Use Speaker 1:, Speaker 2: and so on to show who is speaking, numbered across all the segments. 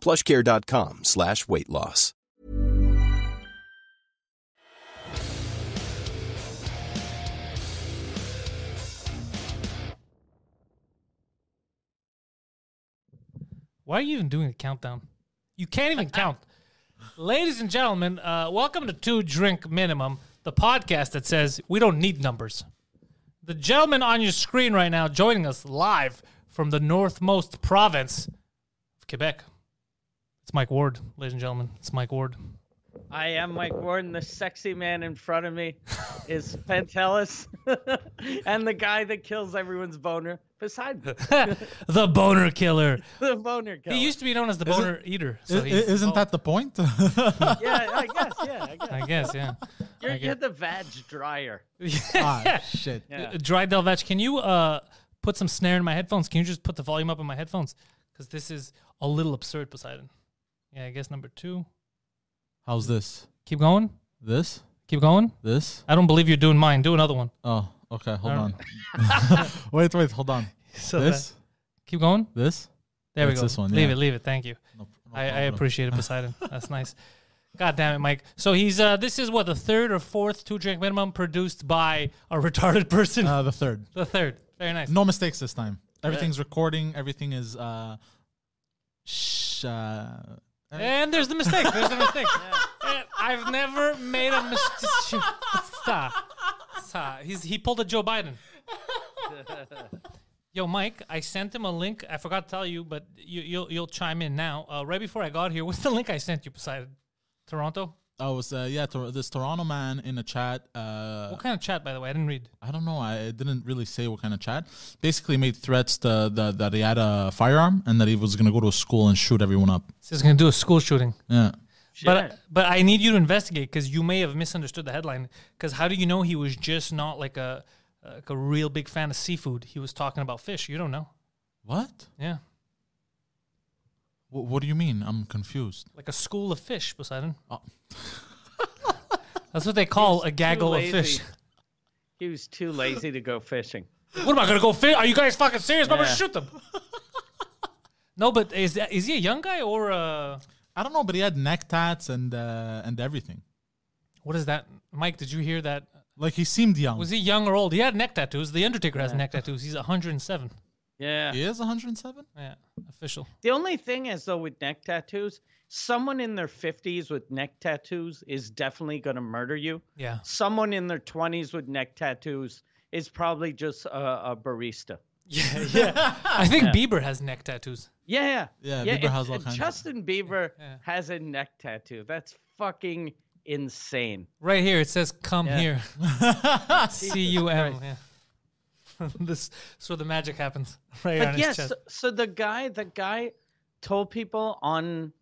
Speaker 1: Plushcare.com slash weight loss.
Speaker 2: Why are you even doing a countdown? You can't even count. Ladies and gentlemen, uh, welcome to Two Drink Minimum, the podcast that says we don't need numbers. The gentleman on your screen right now joining us live from the northmost province of Quebec. It's Mike Ward, ladies and gentlemen. It's Mike Ward.
Speaker 3: I am Mike Warden. The sexy man in front of me is Pantelis, and the guy that kills everyone's boner. Poseidon,
Speaker 2: The boner killer.
Speaker 3: the boner killer.
Speaker 2: He used to be known as the boner eater. So
Speaker 4: I-
Speaker 2: he's-
Speaker 4: isn't
Speaker 2: oh,
Speaker 4: that the point?
Speaker 3: yeah, I guess. Yeah, I guess.
Speaker 2: I guess, yeah.
Speaker 3: You're,
Speaker 2: I
Speaker 3: you're
Speaker 2: guess.
Speaker 3: the vag dryer.
Speaker 4: ah, shit.
Speaker 3: Yeah.
Speaker 2: Dry Delvetch, Uh, can you uh, put some snare in my headphones? Can you just put the volume up in my headphones? Because this is a little absurd, Poseidon. Yeah, I guess number two.
Speaker 4: How's this?
Speaker 2: Keep going.
Speaker 4: This?
Speaker 2: Keep going.
Speaker 4: This?
Speaker 2: I don't believe you're doing mine. Do another one.
Speaker 4: Oh, okay. Hold
Speaker 2: Alright.
Speaker 4: on. wait, wait. Hold on.
Speaker 2: So
Speaker 4: this?
Speaker 2: that- keep going.
Speaker 4: This?
Speaker 2: There we
Speaker 4: It's
Speaker 2: go.
Speaker 4: this one,
Speaker 2: leave
Speaker 4: yeah.
Speaker 2: it. Leave it. Thank you.
Speaker 4: No, no
Speaker 2: I, I
Speaker 4: problem.
Speaker 2: appreciate it, Poseidon. That's nice. God damn it, Mike. So he's uh, this is what the third or fourth two drink minimum produced by a retarded person.
Speaker 4: Uh, the third.
Speaker 2: the third. Very nice.
Speaker 4: No mistakes this time. Everything's recording. Everything is. Uh, sh- uh,
Speaker 2: And there's the mistake. There's the mistake. And I've never made a mistake. Stop. Stop. He's, he pulled a Joe Biden. Yo, Mike, I sent him a link. I forgot to tell you, but you, you'll you'll chime in now. Uh, right before I got here, what's the link I sent you, Poseidon? Toronto?
Speaker 4: I was uh, yeah. Tor- this Toronto man in a chat. Uh,
Speaker 2: What kind of chat, by the way? I didn't read.
Speaker 4: I don't know. I it didn't really say what kind of chat. Basically, made threats to, that that he had a firearm and that he was gonna go to a school and shoot everyone up.
Speaker 2: This is going to do a school shooting.
Speaker 4: Yeah.
Speaker 2: But but I need you to investigate because you may have misunderstood the headline. Because how do you know he was just not like a like a real big fan of seafood? He was talking about fish. You don't know.
Speaker 4: What?
Speaker 2: Yeah.
Speaker 4: Wh- what do you mean? I'm confused.
Speaker 2: like a school of fish, Poseidon.
Speaker 4: Oh.
Speaker 2: That's what they call a
Speaker 3: Too
Speaker 2: gaggle of
Speaker 3: lazy.
Speaker 2: fish.
Speaker 3: He was too lazy to go fishing.
Speaker 2: What am I gonna go fish? Are you guys fucking serious? I'm gonna
Speaker 3: Yeah.
Speaker 2: shoot them. no, but is that, is he a young guy or uh,
Speaker 4: I don't know, but he had neck tats and uh, and everything.
Speaker 2: what is that? Mike, did you hear that?
Speaker 4: Like he seemed young.
Speaker 2: Was he young or old? He had neck tattoos. The Undertaker has neck tattoos. He's 107.
Speaker 3: Yeah.
Speaker 4: He is 107.
Speaker 2: Yeah, official.
Speaker 3: The only thing is though with neck tattoos, someone in their 50s with neck tattoos is definitely going to murder you.
Speaker 2: Yeah,
Speaker 3: Someone in their 20s with neck tattoos is probably just a, a barista.
Speaker 2: yeah, yeah. I think Bieber has neck tattoos.
Speaker 3: Yeah,
Speaker 4: Yeah, Bieber has all kinds of-
Speaker 3: Justin Bieber
Speaker 2: Yeah.
Speaker 3: has a neck tattoo. That's fucking insane.
Speaker 2: Right here, it says "Come here." C U M. yeah. This so the magic happens right here on
Speaker 3: But
Speaker 2: his
Speaker 3: yes,
Speaker 2: chest.
Speaker 3: so, so the guy, the guy, told people on,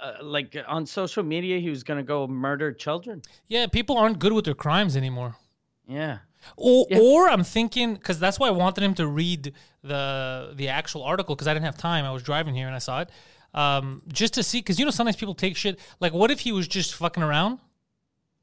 Speaker 3: uh, like on social media, he was gonna go murder children.
Speaker 2: Yeah, people aren't good with their crimes anymore.
Speaker 3: Yeah,
Speaker 2: Or, or I'm thinking because that's why I wanted him to read the the actual article because I didn't have time. I was driving here and I saw it um, just to see because you know sometimes people take shit. Like, what if he was just fucking around?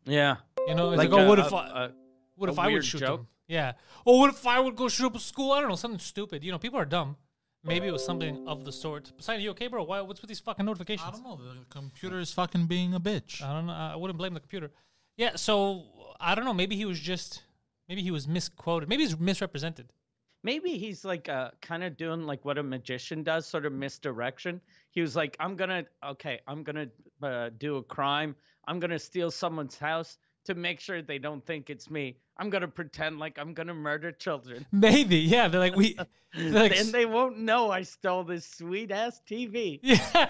Speaker 3: yeah.
Speaker 2: You know, it's like, oh,
Speaker 3: a-
Speaker 2: what
Speaker 3: a-
Speaker 2: if I,
Speaker 3: a-
Speaker 2: what
Speaker 3: a
Speaker 2: if I would
Speaker 3: weird
Speaker 2: shoot
Speaker 3: joke?
Speaker 2: them? Yeah. Or what if I would go shoot up a school? I don't know, something stupid. You know, people are dumb. Maybe it was something of the sort. Poseidon, you okay, bro? Why, what's with these fucking notifications?
Speaker 4: I don't know. The computer is fucking being a bitch.
Speaker 2: I don't know. I wouldn't blame the computer. Yeah. So I don't know. Maybe he was just. Maybe he was misquoted. Maybe he's misrepresented.
Speaker 3: Maybe he's like uh, kind of doing like what a magician does, sort of misdirection. He was like, "I'm gonna okay, I'm gonna uh, do a crime. I'm gonna steal someone's house to make sure they don't think it's me. I'm gonna pretend like I'm gonna murder children,
Speaker 2: Maybe, yeah. They're like we, they're like,
Speaker 3: and they won't know I stole this sweet ass TV."
Speaker 2: yeah.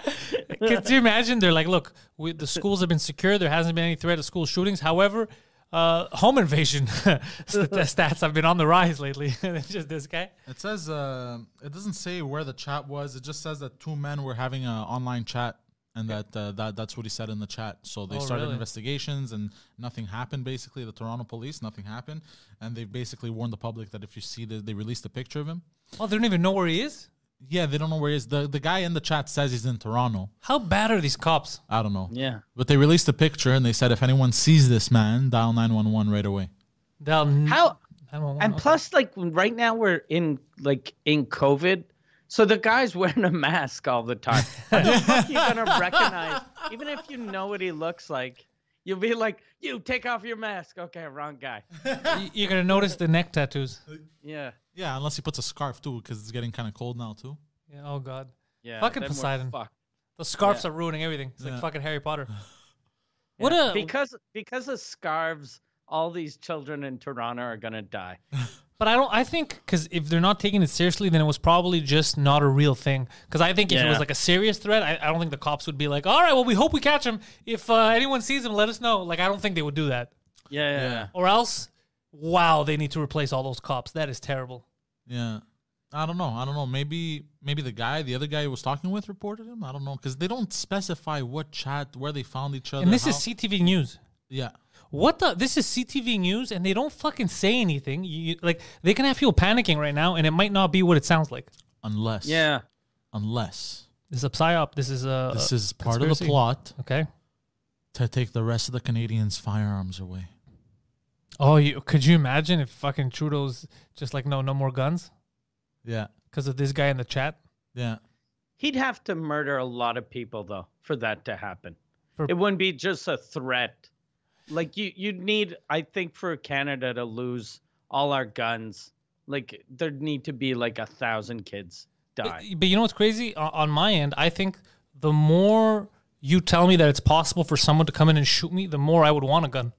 Speaker 2: Could you imagine? They're like, look, we, the schools have been secure. There hasn't been any threat of school shootings. However, uh, home invasion st- stats have been on the rise lately. It's just this guy.
Speaker 4: It says uh, it doesn't say where the chat was. It just says that two men were having an online chat and that uh, that that's what he said in the chat. So they
Speaker 2: Oh,
Speaker 4: started
Speaker 2: really?
Speaker 4: investigations, and nothing happened. Basically, the Toronto police, nothing happened, and they basically warned the public that if you see that they released a picture of him,
Speaker 2: Oh, they don't even know where he is.
Speaker 4: yeah, they don't know where he is. The the guy in the chat says he's in Toronto.
Speaker 2: How bad are these cops?
Speaker 4: I don't know.
Speaker 3: Yeah.
Speaker 4: But they released a picture and they said if anyone sees this man, dial nine one one right away.
Speaker 2: They'll n-
Speaker 3: How?
Speaker 2: I don't
Speaker 3: And
Speaker 2: know.
Speaker 3: plus, like right now we're in like in COVID, so the guy's wearing a mask all the time. How the fuck you gonna recognize? Even if you know what he looks like, you'll be like, "You take off your mask." Okay, wrong guy.
Speaker 2: Y- you're gonna notice the neck tattoos.
Speaker 3: Yeah.
Speaker 4: Yeah, unless he puts a scarf too, because it's getting kind of cold now too.
Speaker 2: Yeah, oh god,
Speaker 3: Yeah.
Speaker 2: Fucking
Speaker 3: then we're
Speaker 2: Poseidon.
Speaker 3: fucked.
Speaker 2: the scarves are ruining everything. It's like
Speaker 4: Yeah.
Speaker 2: fucking Harry Potter. What a
Speaker 3: Because because of scarves, all these children in Toronto are gonna die.
Speaker 2: But I don't. I think because if they're not taking it seriously, then it was probably just not a real thing. Because I think if it
Speaker 3: Yeah.
Speaker 2: was like a serious threat, I, I don't think the cops would be like, "All right, well, we hope we catch him. If uh, anyone sees him, let us know." Like, I don't think they would do that.
Speaker 3: Yeah. yeah. yeah.
Speaker 2: Or else, wow, they need to replace all those cops. That is terrible.
Speaker 4: Yeah. I don't know. I don't know. Maybe maybe the guy, the other guy he was talking with, reported him. I don't know because they don't specify what chat, where they found each other.
Speaker 2: And this is
Speaker 4: how-
Speaker 2: CTV News.
Speaker 4: yeah,
Speaker 2: What the? This is CTV News, and they don't fucking say anything. You, you- like they can have people panicking right now, and it might not be what it sounds like.
Speaker 4: unless
Speaker 3: Yeah.
Speaker 4: unless
Speaker 2: This is a psyop. This is a.
Speaker 4: this is part of the
Speaker 2: conspiracy.
Speaker 4: plot
Speaker 2: Okay.
Speaker 4: to take the rest of the Canadians' firearms away.
Speaker 2: Oh, you, could you imagine if fucking Trudeau's just like, no, no more guns
Speaker 4: Yeah,
Speaker 2: because of this guy in the chat?
Speaker 4: yeah,
Speaker 3: He'd have to murder a lot of people though for that to happen.
Speaker 2: For-
Speaker 3: It wouldn't be just a threat. Like you you'd need I think for Canada to lose all our guns, like there'd need to be like a thousand kids die.
Speaker 2: But you know what's crazy? O- on my end, I think the more you tell me that it's possible for someone to come in and shoot me, the more I would want a gun.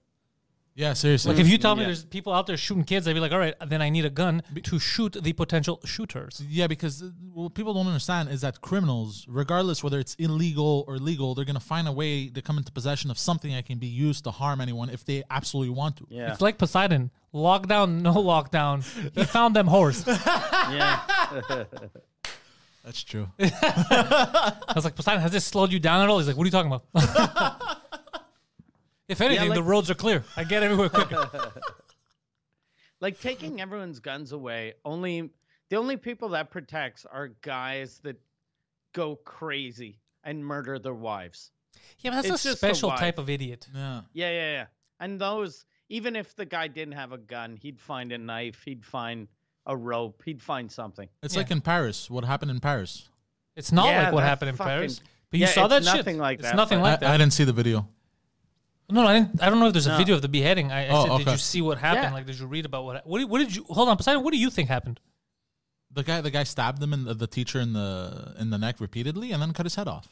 Speaker 4: yeah. Seriously,
Speaker 2: Like if you tell me
Speaker 3: Mm-hmm. Yeah.
Speaker 2: there's people out there shooting kids, I'd be like, all right, then I need a gun to shoot the potential shooters.
Speaker 4: yeah, because uh, what people don't understand is that criminals, regardless whether it's illegal or legal, they're gonna find a way to come into possession of something that can be used to harm anyone if they absolutely want to.
Speaker 3: Yeah.
Speaker 2: It's like Poseidon. Lockdown, no lockdown. He found them whores. I
Speaker 3: yeah.
Speaker 4: that's true.
Speaker 2: was like, Poseidon, has this slowed you down at all? He's like, what are you talking about? if anything, the
Speaker 3: like-
Speaker 2: roads are clear. I get everywhere quicker.
Speaker 3: Like taking everyone's guns away, only the only people that protects are guys that go crazy and murder their wives.
Speaker 2: Yeah, but that's
Speaker 3: It's
Speaker 2: a
Speaker 3: just a
Speaker 2: special
Speaker 3: wife.
Speaker 2: type of idiot.
Speaker 4: Yeah.
Speaker 3: Yeah, yeah, yeah. And those, even if the guy didn't have a gun, he'd find a knife, he'd find a rope, he'd find something.
Speaker 4: It's
Speaker 2: Yeah.
Speaker 4: like in Paris. What happened in Paris?
Speaker 2: It's not
Speaker 3: Yeah,
Speaker 2: like what
Speaker 3: that's
Speaker 2: happened in
Speaker 3: fucking-
Speaker 2: Paris. But you
Speaker 3: Yeah,
Speaker 2: saw that
Speaker 3: it's
Speaker 2: shit.
Speaker 3: nothing like
Speaker 2: It's
Speaker 3: that,
Speaker 2: nothing
Speaker 3: but-
Speaker 2: like
Speaker 4: I, I
Speaker 2: that.
Speaker 4: didn't see the video.
Speaker 2: no, no, I, didn't, I don't know if there's a
Speaker 3: No.
Speaker 2: video of the beheading. I, I
Speaker 4: Oh,
Speaker 2: said, did
Speaker 4: okay.
Speaker 2: you see what happened?
Speaker 3: Yeah.
Speaker 2: Like, did you read about what? What, did- what did you? Hold on, Poseidon. What do you think happened?
Speaker 4: The guy, the guy stabbed him in the, the teacher in the in the neck repeatedly, and then cut his head off.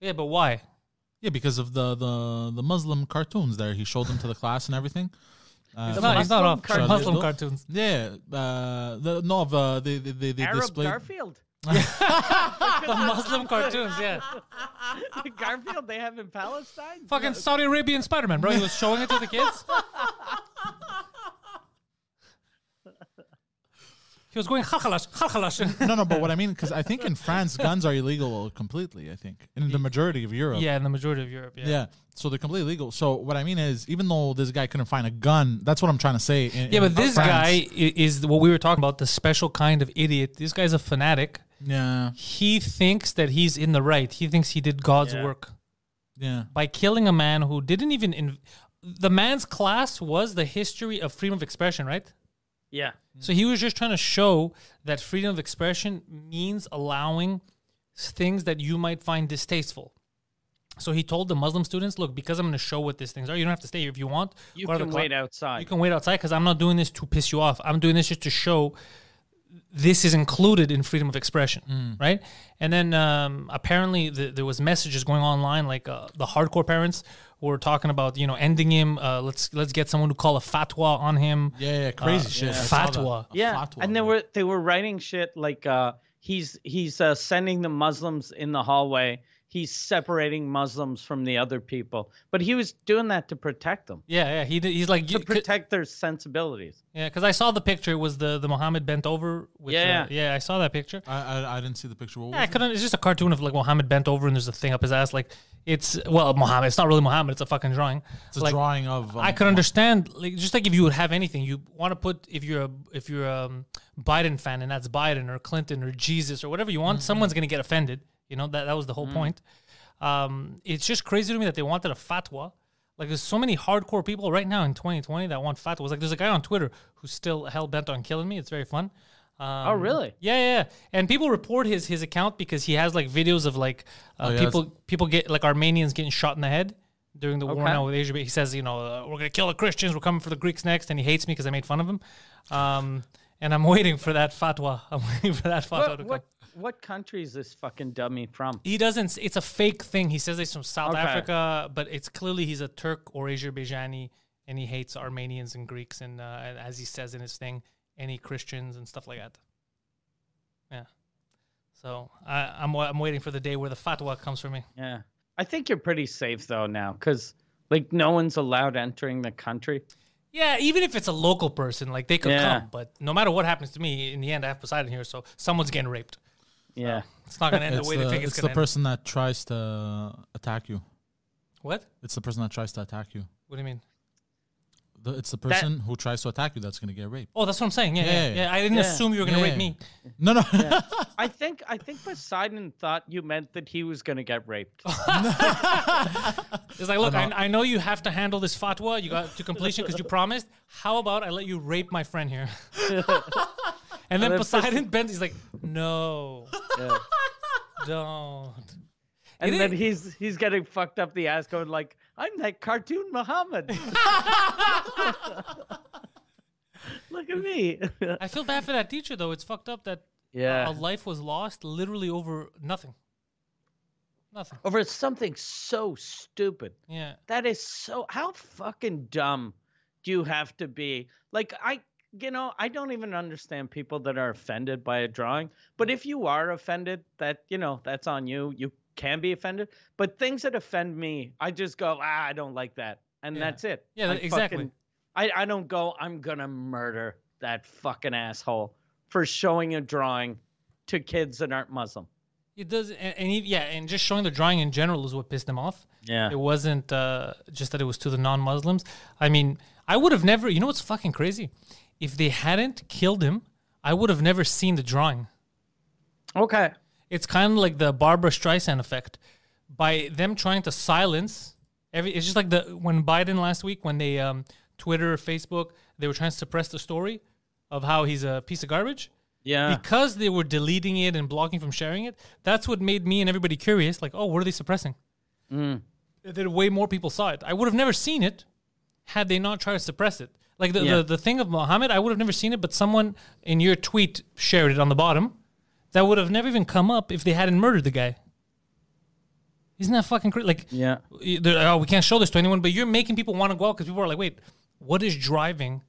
Speaker 2: Yeah, but why?
Speaker 4: Yeah, because of the the, the Muslim cartoons there. He showed them to the class and everything. Uh,
Speaker 2: It's
Speaker 4: so-
Speaker 2: not, it's not
Speaker 3: Muslim
Speaker 2: off
Speaker 3: cartoons.
Speaker 2: Muslim cartoons.
Speaker 4: yeah, uh, the, no, of, uh, they they they, they
Speaker 3: Arab
Speaker 4: displayed.
Speaker 3: Garfield.
Speaker 2: The Muslim cartoons. Yeah,
Speaker 3: The Garfield they have in Palestine?
Speaker 2: fucking Saudi Arabian Spider Man, bro. He was showing it to the kids. he was going halchalash, halchalash.
Speaker 4: No, no, but what I mean, because I think in France, guns are illegal completely. I think in the majority of Europe.
Speaker 2: yeah, in the majority of Europe. Yeah.
Speaker 4: Yeah, so they're completely legal. So what I mean is, even though this guy couldn't find a gun, that's what I'm trying to say. in-
Speaker 2: Yeah,
Speaker 4: in
Speaker 2: but this
Speaker 4: France.
Speaker 2: guy i- is what we were talking about, the special kind of idiot. This guy's a fanatic.
Speaker 4: Yeah,
Speaker 2: He thinks that he's in the right. He thinks he did God's
Speaker 3: Yeah.
Speaker 2: work
Speaker 4: yeah,
Speaker 2: by killing a man who didn't even. In- the man's class was the history of freedom of expression, right?
Speaker 3: Mm-hmm. Yeah.
Speaker 2: So he was just trying to show that freedom of expression means allowing s- things that you might find distasteful. So he told the Muslim students, look, because I'm going to show what these things are, you don't have to stay here if you want.
Speaker 3: You
Speaker 2: Go out of
Speaker 3: can
Speaker 2: the cla-
Speaker 3: wait outside.
Speaker 2: you can wait outside because I'm not doing this to piss you off. I'm doing this just to show this is included in freedom of expression,
Speaker 4: Mm.
Speaker 2: right? And then um, apparently the, there was messages going online, like uh, the hardcore parents were talking about, you know, ending him. Uh, let's let's get someone to call a fatwa on him.
Speaker 4: yeah, yeah, crazy shit. I saw that.
Speaker 2: Uh, fatwa.
Speaker 4: A
Speaker 3: yeah.
Speaker 4: fatwa,
Speaker 3: and they were they were writing shit like uh he's he's uh, sending the Muslims in the hallway he's separating Muslims from the other people. But he was doing that to protect them,
Speaker 2: Yeah, yeah. He did, he's like
Speaker 3: to
Speaker 2: you- 'cause-
Speaker 3: protect their sensibilities.
Speaker 2: yeah, because I saw the picture. It was the the Mohammed bent over. With
Speaker 3: Yeah.
Speaker 2: the, yeah. I saw that picture.
Speaker 4: I, I I didn't see the picture. What was
Speaker 2: Yeah, I
Speaker 4: it?
Speaker 2: couldn't. It's just a cartoon of like Mohammed bent over and there's a thing up his ass. Like it's well, Mohammed. It's not really Mohammed. It's a fucking drawing.
Speaker 4: It's a
Speaker 2: like,
Speaker 4: drawing of. Um,
Speaker 2: I could understand, like, just like if you would have anything, you want to put if you're a if you're a um, Biden fan and that's Biden or Clinton or Jesus or whatever you want,
Speaker 4: Mm-hmm.
Speaker 2: someone's gonna get offended. You know that that was the
Speaker 4: Mm.
Speaker 2: whole point. Um, it's just crazy to me that they wanted a fatwa. Like there's so many hardcore people right now in 2020 that want fatwas. Like there's a guy on Twitter who's still hell bent on killing me. It's very fun. Um,
Speaker 3: Oh, really?
Speaker 2: Yeah, yeah. And people report his his account because he has like videos of like uh,
Speaker 4: Oh, yeah,
Speaker 2: people people get like Armenians getting shot in the head during the war
Speaker 3: Okay.
Speaker 2: now with Asia. But he says, you know, uh, we're gonna kill the Christians. We're coming for the Greeks next, and he hates me because I made fun of him. Um, and I'm waiting for that fatwa. I'm waiting for that fatwa to come.
Speaker 3: What, what, what country is this fucking dummy from?
Speaker 2: He doesn't. s- It's a fake thing. He says he's from South
Speaker 3: Okay.
Speaker 2: Africa, but it's clearly he's a Turk or Azerbaijani, and he hates Armenians and Greeks, and uh, and as he says in his thing, any Christians and stuff like that. Yeah. So I, I'm wa- I'm waiting for the day where the fatwa comes for me.
Speaker 3: Yeah. I think you're pretty safe though now because like no one's allowed entering the country.
Speaker 2: Yeah, even if it's a local person, like they could
Speaker 3: Yeah.
Speaker 2: come, but no matter what happens to me, in the end, I have Poseidon here, so someone's getting raped.
Speaker 3: Yeah.
Speaker 2: It's not gonna end the
Speaker 4: It's
Speaker 2: way
Speaker 4: the,
Speaker 2: they think it's,
Speaker 4: it's the
Speaker 2: gonna end.
Speaker 4: person that tries to attack you.
Speaker 2: What?
Speaker 4: It's the person that tries to attack you.
Speaker 2: What do you mean?
Speaker 4: The, it's the person who tries to attack you that's gonna get raped.
Speaker 2: Oh, that's what I'm saying. Yeah, yeah.
Speaker 4: Yeah,
Speaker 2: yeah,
Speaker 4: yeah.
Speaker 2: I didn't
Speaker 3: Yeah.
Speaker 2: assume you were gonna
Speaker 4: Yeah.
Speaker 2: rape me.
Speaker 4: No, no.
Speaker 3: I think I think Poseidon thought you meant that he was gonna get raped.
Speaker 2: It's like, look, I, I know you have to handle this fatwa. You got to completion because you promised. How about I let you rape my friend here? and then
Speaker 3: then
Speaker 2: Poseidon bends. He's like, no,
Speaker 3: Yeah.
Speaker 2: don't.
Speaker 3: And
Speaker 2: It
Speaker 3: then
Speaker 2: is-
Speaker 3: he's he's getting fucked up the ass going like, I'm that cartoon Muhammad. Look at me.
Speaker 2: I feel bad for that teacher though. It's fucked up that
Speaker 3: Yeah.
Speaker 2: a life was lost literally over nothing. Nothing.
Speaker 3: Over something so stupid.
Speaker 2: Yeah.
Speaker 3: That is so. How fucking dumb do you have to be? Like, I, you know, I don't even understand people that are offended by a drawing. But if you are offended, that, you know, that's on you. You can be offended. But things that offend me, I just go, ah, I don't like that. And
Speaker 2: Yeah.
Speaker 3: that's it.
Speaker 2: Yeah,
Speaker 3: I
Speaker 2: that- exactly.
Speaker 3: fucking- I, I don't go, I'm going to murder that fucking asshole for showing a drawing to kids that aren't Muslim.
Speaker 2: It does, and, and he, yeah, and just showing the drawing in general is what pissed him off.
Speaker 3: Yeah.
Speaker 2: It wasn't uh, just that it was to the non-Muslims. I mean, I would have never. You know what's fucking crazy? If they hadn't killed him, I would have never seen the drawing.
Speaker 3: Okay.
Speaker 2: It's kind of like the Barbara Streisand effect. By them trying to silence every, it's just like the when Biden last week when they um, Twitter, or Facebook, they were trying to suppress the story of how he's a piece of garbage
Speaker 3: Yeah.
Speaker 2: because they were deleting it and blocking from sharing it, that's what made me and everybody curious. Like, oh, what are they suppressing?
Speaker 3: Mm.
Speaker 2: That way more people saw it. I would have never seen it had they not tried to suppress it. Like the,
Speaker 3: Yeah.
Speaker 2: the, the thing of Muhammad, I would have never seen it, but someone in your tweet shared it on the bottom. That would have never even come up if they hadn't murdered the guy. Isn't that fucking crazy? Like,
Speaker 3: Yeah.
Speaker 2: y- they're, oh, we can't show this to anyone, but you're making people want to go out because people are like, wait, what is driving,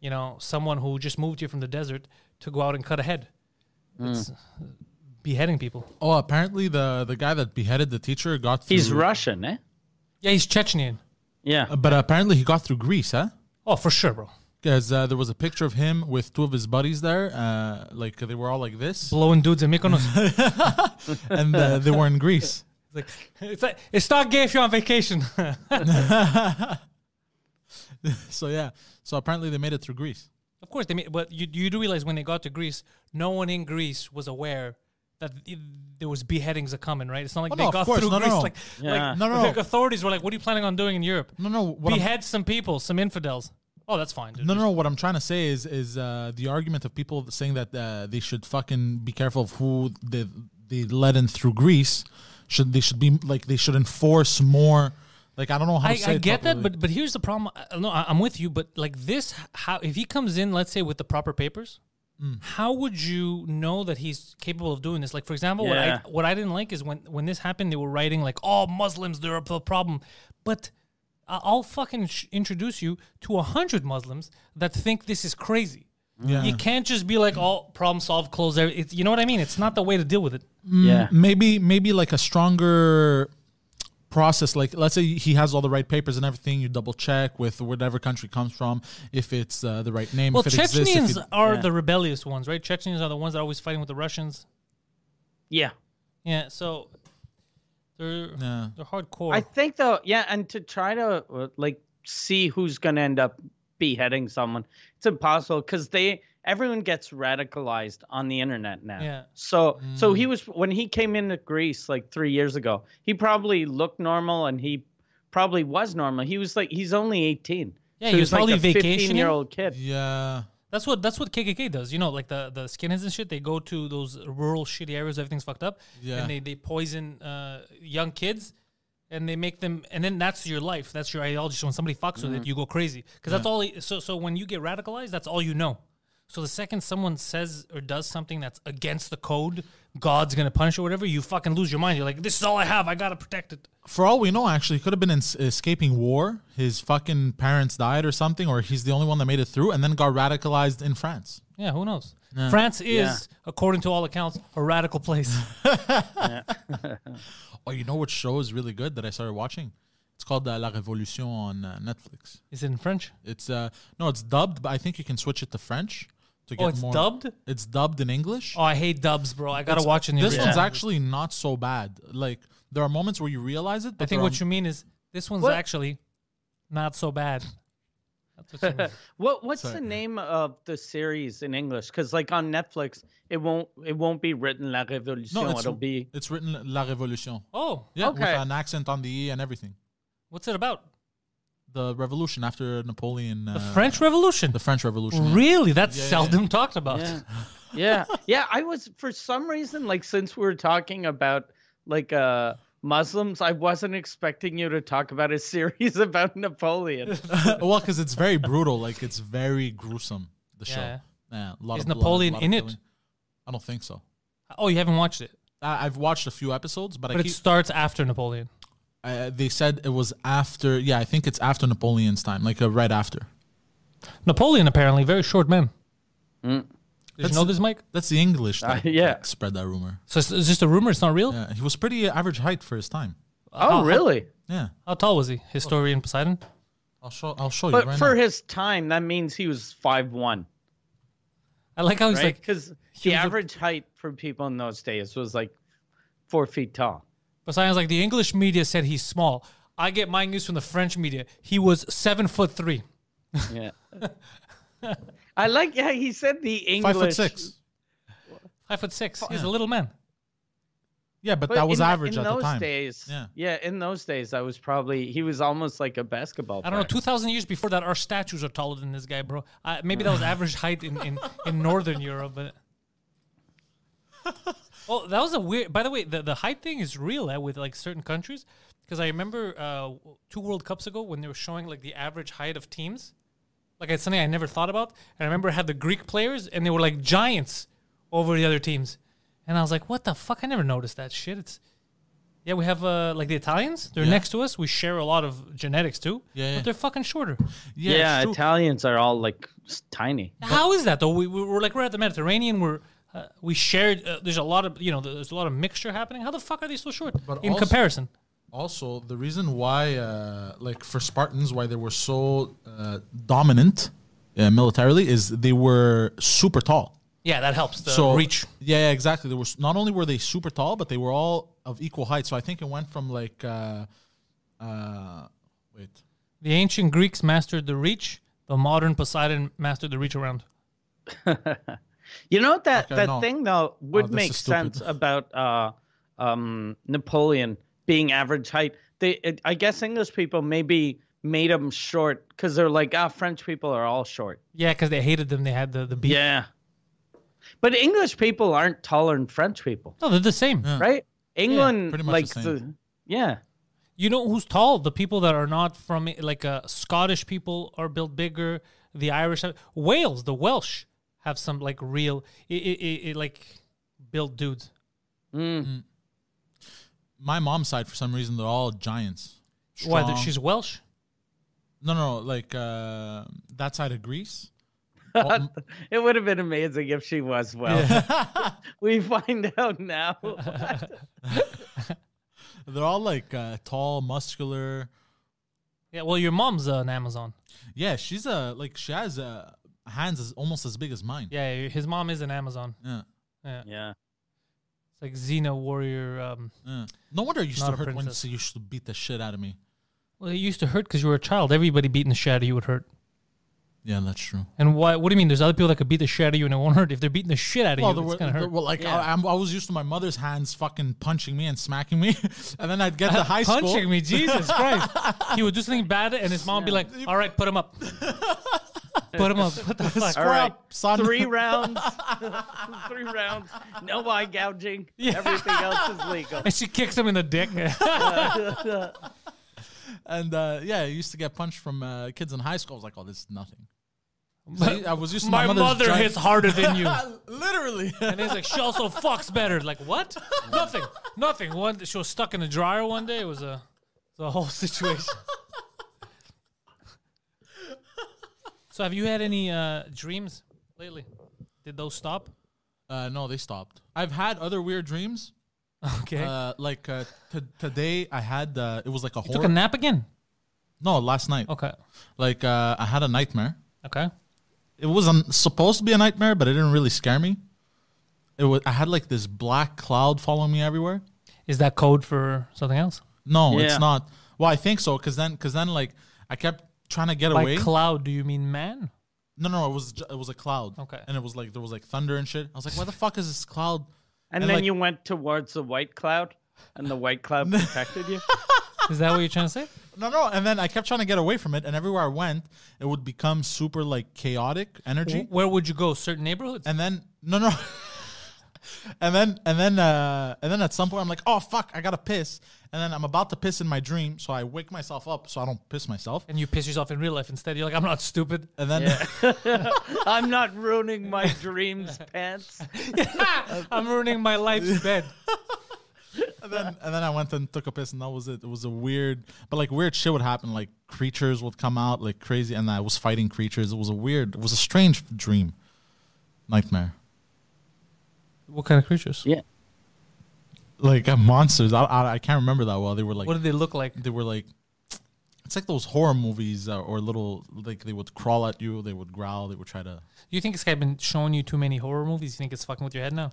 Speaker 2: you know, someone who just moved here from the desert to go out and cut a head?
Speaker 4: Hmm.
Speaker 2: It's uh, beheading people.
Speaker 4: oh, apparently the the guy that beheaded the teacher got. Through,
Speaker 3: He's Russian, eh?
Speaker 2: Yeah, he's Chechnyan.
Speaker 3: Yeah.
Speaker 4: But apparently he got through Greece, huh?
Speaker 2: Oh, for sure, bro.
Speaker 4: Because uh, there was a picture of him with two of his buddies there. Uh, like they were all like this,
Speaker 2: Blowing dudes in Mykonos.
Speaker 4: and uh, they were in Greece.
Speaker 2: it's, like, it's like it's not gay if you're on vacation.
Speaker 4: So yeah. So apparently they made it through Greece.
Speaker 2: of course, they. Made, but you you do realize when they got to Greece, no one in Greece was aware that i- there was beheadings a coming, right? It's not like
Speaker 4: Oh,
Speaker 2: they
Speaker 4: no, of
Speaker 2: got
Speaker 4: course.
Speaker 2: through
Speaker 4: No, no,
Speaker 2: Greece
Speaker 4: no.
Speaker 2: like
Speaker 3: Yeah.
Speaker 2: like
Speaker 4: No, no,
Speaker 2: like
Speaker 4: no.
Speaker 2: authorities were like, "What are you planning on doing in Europe?"
Speaker 4: No, no. What I'm-
Speaker 2: behead some people, some infidels. Oh, that's fine. Dude.
Speaker 4: No, no, no. What I'm trying to say is, is uh, the argument of people saying that uh, they should fucking be careful of who they they let in through Greece. Should they should be like they should enforce more? Like I don't know how to
Speaker 2: I,
Speaker 4: say
Speaker 2: I
Speaker 4: it
Speaker 2: get that,
Speaker 4: properly.
Speaker 2: but but here's the problem. Uh, No, I, I'm with you, but like this, how if he comes in, let's say with the proper papers,
Speaker 4: Mm.
Speaker 2: how would you know that he's capable of doing this? Like for example,
Speaker 3: Yeah.
Speaker 2: what I what I didn't like is when when this happened, they were writing like, "Oh, Muslims, they're a p- problem," but. I- I'll fucking sh- introduce you to a hundred Muslims that think this is crazy.
Speaker 4: Yeah.
Speaker 2: You can't just be like, "Oh, problem solved, close." every-" It's, you know what I mean? It's not the way to deal with it.
Speaker 3: yeah.
Speaker 4: maybe maybe like a stronger process like let's say he has all the right papers and everything you double check with whatever country comes from if it's uh, the right name
Speaker 2: Well,
Speaker 4: if it exists if
Speaker 2: Chechens
Speaker 4: it-
Speaker 2: are
Speaker 3: Yeah.
Speaker 2: the rebellious ones, right? Chechens are the ones that are always fighting with the Russians.
Speaker 3: Yeah.
Speaker 2: Yeah, so they're
Speaker 4: Yeah.
Speaker 2: they're hardcore.
Speaker 3: I think though, yeah, and to try to uh, like see who's gonna end up beheading someone, it's impossible because they everyone gets radicalized on the internet now.
Speaker 2: Yeah. Mm.
Speaker 3: So so he was when he came into Greece like three years ago, he probably looked normal and he probably was normal. He was like he's only eighteen.
Speaker 2: Yeah,
Speaker 3: So
Speaker 2: he was probably
Speaker 3: like a fifteen
Speaker 2: vacationing.
Speaker 3: year old kid.
Speaker 4: yeah
Speaker 2: That's what that's what KKK does. You know, like the the skinheads and shit. They go to those rural shitty areas. where Everything's fucked up.
Speaker 4: Yeah.
Speaker 2: And they they poison uh, young kids, and they make them. And then that's your life. That's your ideology. So when somebody fucks with it, you go crazy. Because that's all. So so when you get radicalized, that's all you know. So the second someone says or does something that's against the code, God's gonna punish or whatever. You fucking lose your mind. You're like, this is all I have. I gotta protect it.
Speaker 4: for all we know actually he could have been in, escaping war his fucking parents died or something or he's the only one that made it through and then got radicalized in france
Speaker 2: Yeah, who knows? France is, according to all accounts, a radical place.
Speaker 4: oh you know what show is really good that i started watching it's called uh, la revolution on uh, netflix
Speaker 2: is it in French?
Speaker 4: It's uh no, it's dubbed, but I think you can switch it to French to get
Speaker 2: Oh, it's
Speaker 4: more.
Speaker 2: dubbed?
Speaker 4: It's dubbed in English.
Speaker 2: Oh, I hate dubs, bro. I gotta watch it. in the
Speaker 4: This
Speaker 2: original.
Speaker 4: one's actually not so bad. Like there are moments where you realize it, but
Speaker 2: I think what you mean is this one's
Speaker 3: What?
Speaker 2: actually not so bad. That's what you mean.
Speaker 3: What what's
Speaker 4: Sorry.
Speaker 3: the name of the series in English? Because like on Netflix, it won't it won't be written La Révolution.
Speaker 4: no, it's,
Speaker 3: It'll be
Speaker 4: it's written La Révolution.
Speaker 2: Oh,
Speaker 4: Yeah,
Speaker 3: Okay.
Speaker 4: with an accent on the e and everything.
Speaker 2: what's it about?
Speaker 4: The revolution after Napoleon.
Speaker 2: The
Speaker 4: uh,
Speaker 2: French Revolution.
Speaker 4: The French Revolution. yeah.
Speaker 2: really? That's
Speaker 4: Yeah, yeah,
Speaker 2: seldom talked about.
Speaker 3: Yeah. yeah. Yeah. I was, for some reason, like, since we were talking about, like, uh, Muslims, I wasn't expecting you to talk about a series about Napoleon. Oh,
Speaker 4: well, because it's very brutal. Like it's very gruesome. The show.
Speaker 2: Yeah.
Speaker 4: Yeah, a lot
Speaker 2: Is
Speaker 4: of blood,
Speaker 2: Napoleon
Speaker 4: a lot of
Speaker 2: in it?
Speaker 4: killing. I don't think so.
Speaker 2: Oh, you haven't watched it,
Speaker 4: I, I've watched a few episodes, but,
Speaker 2: but
Speaker 4: I
Speaker 2: it
Speaker 4: keep,
Speaker 2: starts after Napoleon.
Speaker 4: I, they said it was after. Yeah, I think it's after Napoleon's time, like uh, right after.
Speaker 2: Napoleon, apparently, very short man. Did
Speaker 4: That's-
Speaker 2: you know this, Mike?
Speaker 4: That's the English that
Speaker 3: Uh, yeah.
Speaker 4: spread that rumor.
Speaker 2: So it's, it's just a rumor. It's not real.
Speaker 4: Yeah, he was pretty average height for his time.
Speaker 3: oh, really?
Speaker 4: Yeah,
Speaker 2: How tall was he?
Speaker 3: Oh.
Speaker 2: Historian Poseidon.
Speaker 4: I'll show. I'll show you
Speaker 3: But
Speaker 4: Oh, right
Speaker 3: for
Speaker 4: now.
Speaker 3: his time, that means he was five one,
Speaker 2: I like how he's
Speaker 3: right?
Speaker 2: like.
Speaker 3: Because
Speaker 2: was
Speaker 3: the
Speaker 2: a-
Speaker 3: average height for people in those days was like four feet tall.
Speaker 2: Poseidon's like the English media said he's small. I get my news from the French media. He was seven foot three.
Speaker 3: Yeah. I like, yeah, he said the English.
Speaker 4: Five foot six.
Speaker 2: Five foot six. He's a little man.
Speaker 4: Yeah, but,
Speaker 3: But
Speaker 4: that was
Speaker 3: in the-
Speaker 4: average
Speaker 3: in
Speaker 4: at the
Speaker 3: those
Speaker 4: time.
Speaker 3: Days,
Speaker 4: Yeah.
Speaker 3: yeah. in those days, I was probably he was almost like a basketball.
Speaker 2: I don't know. Two
Speaker 3: player.
Speaker 2: thousand years before that, our statues are taller than this guy, bro. Uh, maybe that was average height in, in, in northern Europe, but. Oh, that was a weird. By the way, the, the height thing is real eh, with like certain countries, because I remember uh, w- two World Cups ago when they were showing like the average height of teams. Like it's something I never thought about, and I remember I had the Greek players, and they were like giants over the other teams, and I was like, "What the fuck? I never noticed that shit." It's yeah, we have uh, like the Italians. They're
Speaker 4: Yeah.
Speaker 2: next to us. We share a lot of genetics too.
Speaker 4: Yeah,
Speaker 2: but
Speaker 4: yeah.
Speaker 2: they're fucking shorter.
Speaker 4: Yeah, it's true.
Speaker 3: Italians are all like s- tiny.
Speaker 2: How is that though? We, we we're like we're at the Mediterranean. We're uh, we shared. Uh, there's a lot of you know. There's a lot of mixture happening. How the fuck are they so short
Speaker 4: But
Speaker 2: in
Speaker 4: also-
Speaker 2: comparison?
Speaker 4: also, the reason why, uh, like for Spartans, why they were so uh, dominant uh, militarily is they were super tall.
Speaker 2: Yeah, that helps the
Speaker 4: so
Speaker 2: reach.
Speaker 4: Yeah, yeah, exactly. There was not only were they super tall, but they were all of equal height. So I think it went from like, uh, uh, wait.
Speaker 2: The ancient Greeks mastered the reach. The modern Poseidon mastered the reach around.
Speaker 3: You know that
Speaker 4: Okay,
Speaker 3: that
Speaker 4: no.
Speaker 3: thing though would
Speaker 4: Oh, this
Speaker 3: make
Speaker 4: is stupid.
Speaker 3: sense about uh, um, Napoleon being average height. They, it, I guess, English people maybe made him short because they're like, ah, French people are all short.
Speaker 2: Yeah, because they hated them. They had the the beef.
Speaker 3: Yeah, but English people aren't taller than French people,
Speaker 2: No, they're the same.
Speaker 3: right? England,
Speaker 4: pretty much
Speaker 3: like
Speaker 4: the
Speaker 3: the,
Speaker 4: same.
Speaker 3: yeah,
Speaker 2: You know who's tall? The people that are not from like uh, Scottish people are built bigger. The Irish, have, Wales, the Welsh have some like real, i i i i- like built dudes.
Speaker 3: Mm.
Speaker 4: my mom's side for some reason they're all giants.
Speaker 2: Why?
Speaker 4: Strong.
Speaker 2: that She's Welsh.
Speaker 4: no, no, no, like uh, that side of Greece.
Speaker 3: it would have been amazing if she was well. we find out now.
Speaker 4: They're all like uh, tall, muscular.
Speaker 2: Yeah, well, your mom's uh, an Amazon.
Speaker 4: Yeah, she's a like she has uh, hands as, almost as big as mine.
Speaker 2: Yeah, his mom is an Amazon.
Speaker 4: Yeah,
Speaker 3: yeah.
Speaker 2: It's like Xena Warrior. Um,
Speaker 4: yeah. No wonder you used
Speaker 2: Not
Speaker 4: to
Speaker 2: a
Speaker 4: hurt when you
Speaker 2: princess.
Speaker 4: say you used to beat the shit out of me.
Speaker 2: well, it used to hurt because you were a child. Everybody beating the shit out of you would hurt.
Speaker 4: Yeah, that's true.
Speaker 2: And why? What do you mean? There's other people that could beat the shit out of you and it won't hurt. If they're beating the shit out of
Speaker 4: Well,
Speaker 2: you,
Speaker 4: there
Speaker 2: it's
Speaker 4: were,
Speaker 2: gonna
Speaker 4: there
Speaker 2: hurt.
Speaker 4: were, like
Speaker 3: Yeah.
Speaker 4: I, I'm, I was used to my mother's hands fucking punching me and smacking me, and then I'd get to high school.
Speaker 2: Uh, Punching me, Jesus Christ! he would do something bad, and his mom would be like, "All right, put him up, put him up." What the fuck?
Speaker 3: All right.
Speaker 4: up, son.
Speaker 3: Three rounds. Three rounds. No eye gouging. Everything else is legal.
Speaker 2: And she kicks him in the dick.
Speaker 4: And uh, yeah, I used to get punched from uh, kids in high school. I was like, oh, this is nothing. See, I was used to my,
Speaker 2: My
Speaker 4: mother's
Speaker 2: mother
Speaker 4: giant-
Speaker 2: hits harder than you.
Speaker 4: Literally.
Speaker 2: And he's like, she also fucks better. Like what? Nothing. Nothing. One, she was stuck in the dryer one day. It was a, it was a whole situation. so, have you had any uh, dreams lately? Did those stop?
Speaker 4: uh, no, they stopped. I've had other weird dreams.
Speaker 2: Okay.
Speaker 4: Uh, like uh, t- today, I had uh, it was like a
Speaker 2: Took
Speaker 4: horror.
Speaker 2: a nap Oh. again.
Speaker 4: no, last night.
Speaker 2: Okay.
Speaker 4: Like uh, I had a nightmare.
Speaker 2: Okay.
Speaker 4: It was not supposed to be a nightmare, but it didn't really scare me. It was. I had like this black cloud following me everywhere.
Speaker 2: Is that code for something else?
Speaker 4: No,
Speaker 3: Yeah.
Speaker 4: it's not. Well, I think so, cause then, cause then, like I kept trying to get
Speaker 2: By
Speaker 4: away.
Speaker 2: cloud, do you mean man?
Speaker 4: no, no, it was ju- it was a cloud.
Speaker 2: Okay.
Speaker 4: and it was like there was like thunder and shit. I was like, why the fuck is this cloud?
Speaker 3: And,
Speaker 4: And
Speaker 3: then
Speaker 4: like-
Speaker 3: you went towards the white cloud, and the white cloud protected you.
Speaker 2: Is that what you're trying to say?
Speaker 4: No, no, and then I kept trying to get away from it, and everywhere I went, it would become super like chaotic energy.
Speaker 2: Where would you go? Certain neighborhoods?
Speaker 4: and then no no and then and then uh and then at some point i'm like oh fuck i gotta piss and then i'm about to piss in my dream so i wake myself up so i don't piss myself
Speaker 2: And you piss yourself in real life instead. You're like, I'm not stupid.
Speaker 4: and then
Speaker 3: I'm not ruining my dreams, pants.
Speaker 2: I'm ruining my life's bed.
Speaker 4: and then and then i went and took a piss and that was it it was a weird but like weird shit would happen like creatures would come out like crazy and i was fighting creatures it was a weird it was a strange dream nightmare
Speaker 2: What kind of creatures?
Speaker 3: Yeah.
Speaker 4: like uh, monsters I, I i can't remember that well they were like
Speaker 2: What do they look like?
Speaker 4: they were like it's like those horror movies uh, or little like they would crawl at you they would growl they would try to
Speaker 2: You think this guy been showing you too many horror movies? You think it's fucking with your head now?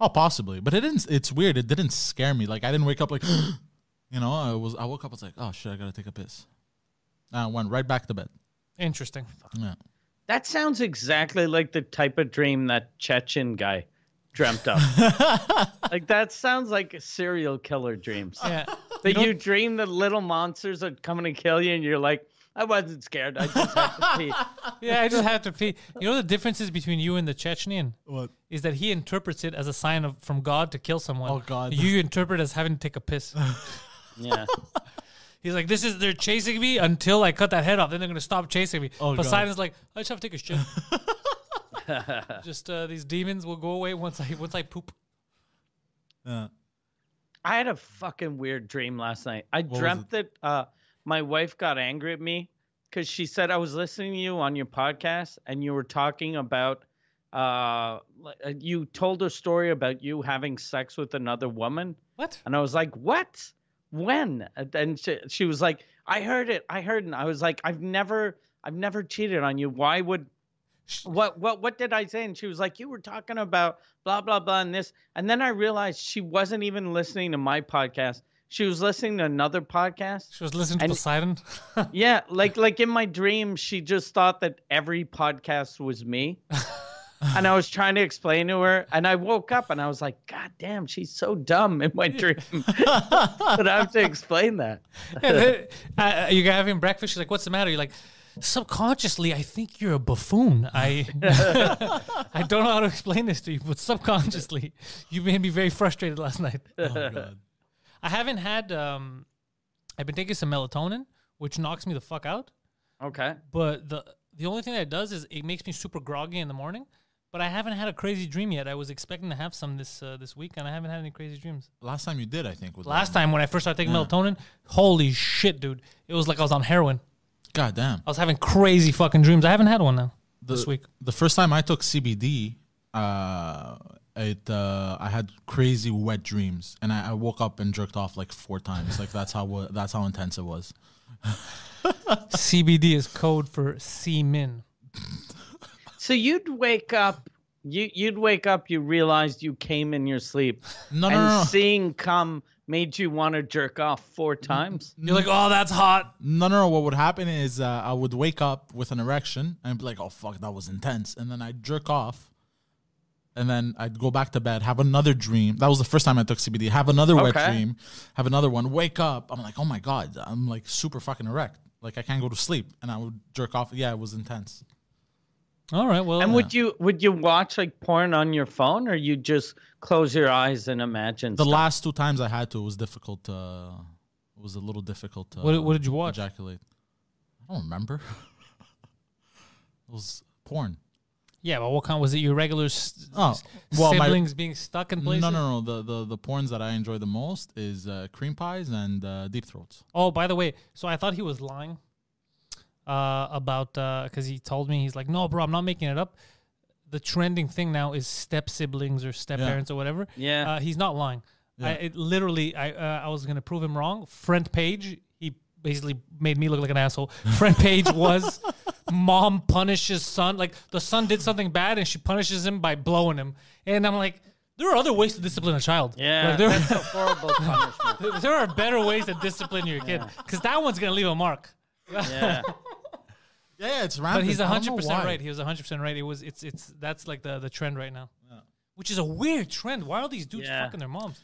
Speaker 4: oh possibly but it didn't it's weird it didn't scare me like i didn't wake up like you know i was i woke up i was like oh shit i gotta take a piss and i went right back to bed
Speaker 2: Interesting.
Speaker 4: yeah
Speaker 3: That sounds exactly like the type of dream that Chechen guy dreamt up. like that sounds like serial killer dreams.
Speaker 2: Yeah.
Speaker 3: That Uh, you, dream that little monsters are coming to kill you, and you're like, I wasn't scared. I just had to pee.
Speaker 2: Yeah, I just have to pee. You know the differences between you and the Chechenian? What? Is that he interprets it as a sign of from God to kill someone.
Speaker 4: Oh, God.
Speaker 2: You interpret as having to take a piss.
Speaker 3: Yeah.
Speaker 2: He's like, this is they're chasing me until I cut that head off. Then they're gonna stop chasing me.
Speaker 4: Oh, God.
Speaker 2: Poseidon's like, I just have to take a shit. just uh, these demons will go away once I once I poop.
Speaker 4: yeah
Speaker 3: I had a fucking weird dream last night. I
Speaker 4: was
Speaker 3: dreamt that uh, my wife got angry at me because she said I was listening to you on your podcast and you were talking about uh, like, uh, you told a story about you having sex with another woman,
Speaker 2: What?
Speaker 3: and I was like, what? When? And then she, she was like, I heard it. I heard it. And I was like, I've never, I've never cheated on you. Why would? What what what did I say? And she was like, "You were talking about blah blah blah and this." And then I realized she wasn't even listening to my podcast. She was listening to another podcast.
Speaker 2: She was listening to
Speaker 3: And-
Speaker 2: Poseidon.
Speaker 3: Yeah, like like in my dream, she just thought that every podcast was me. and I was trying to explain to her, and I woke up and I was like, "God damn, she's so dumb in my dream." but I have to explain that.
Speaker 2: And then, uh, you're having breakfast. She's like, "What's the matter?" You're like, "Subconsciously, I think you're a buffoon. I, I don't know how to explain this to you, but subconsciously, you made me very frustrated last night.
Speaker 4: oh god
Speaker 2: I haven't had. Um, I've been taking some melatonin, which knocks me the fuck out.
Speaker 3: Okay.
Speaker 2: But the the only thing that it does is it makes me super groggy in the morning. But I haven't had a crazy dream yet. I was expecting to have some this uh, this week, and I haven't had any crazy dreams.
Speaker 4: last time you did i think was
Speaker 2: Last time when I first started taking melatonin, holy shit, dude! It was like I was on heroin.
Speaker 4: god damn
Speaker 2: I was having crazy fucking dreams. I haven't had one now. this week.
Speaker 4: The first time I took CBD, uh, it uh, I had crazy wet dreams, and I, I woke up and jerked off like four times. like that's how wa- that's how intense it was.
Speaker 2: CBD is code for semen.
Speaker 3: So you'd wake up, you you'd wake up, you realized you came in your sleep,
Speaker 4: No, no,
Speaker 3: and
Speaker 4: no, no.
Speaker 3: seeing cum made you want to jerk off four times.
Speaker 2: You're like, oh, that's hot.
Speaker 4: No, no, no. What would happen is uh, I would wake up with an erection and be like, oh, fuck, that was intense. And then I'd jerk off. And then I'd go back to bed, have another dream. That was the first time I took CBD. Have another wet
Speaker 3: Okay.
Speaker 4: dream, have another one. Wake up. I'm like, oh my God, I'm like super fucking erect. Like I can't go to sleep. And I would jerk off. Yeah, it was intense.
Speaker 2: All right, well, uh,
Speaker 3: And would you would you watch like porn on your phone, or you just close your eyes and imagine?
Speaker 4: The
Speaker 3: stuff?
Speaker 4: last two times I had to, it was difficult. Uh, it was a little difficult. To,
Speaker 2: What- what did you watch?
Speaker 4: Ejaculate. I don't remember. it was porn.
Speaker 2: yeah, but what kind was it? Your regular s-
Speaker 4: Oh,
Speaker 2: s-
Speaker 4: well, my-
Speaker 2: siblings being stuck in places?
Speaker 4: No, no, no. The, the the porns that I enjoy the most is uh, cream pies and uh, deep throats.
Speaker 2: Oh, by the way, so I thought he was lying uh, about because he told me he's like, no, bro, I'm not making it up. The trending thing now is step siblings or step parents or whatever.
Speaker 3: Yeah.
Speaker 2: uh, he's not lying. I, it literally, I uh, I was gonna prove him wrong. Front page, he basically made me look like an asshole. Front page was mom punishes son, like the son did something bad and she punishes him by blowing him. And I'm like, there are other ways to discipline a child.
Speaker 3: yeah,
Speaker 2: Like, there-
Speaker 3: that's a horrible punishment.
Speaker 2: there- there are better ways to discipline your kid because that one's gonna leave a mark.
Speaker 3: Yeah,
Speaker 4: Yeah, yeah, it's rampant.
Speaker 2: But he's
Speaker 4: I don't know
Speaker 2: hundred percent
Speaker 4: why.
Speaker 2: right. He was hundred percent right. It was it's it's that's like the the trend right now, which is a weird trend. Why are these dudes
Speaker 3: Yeah.
Speaker 2: fucking their moms?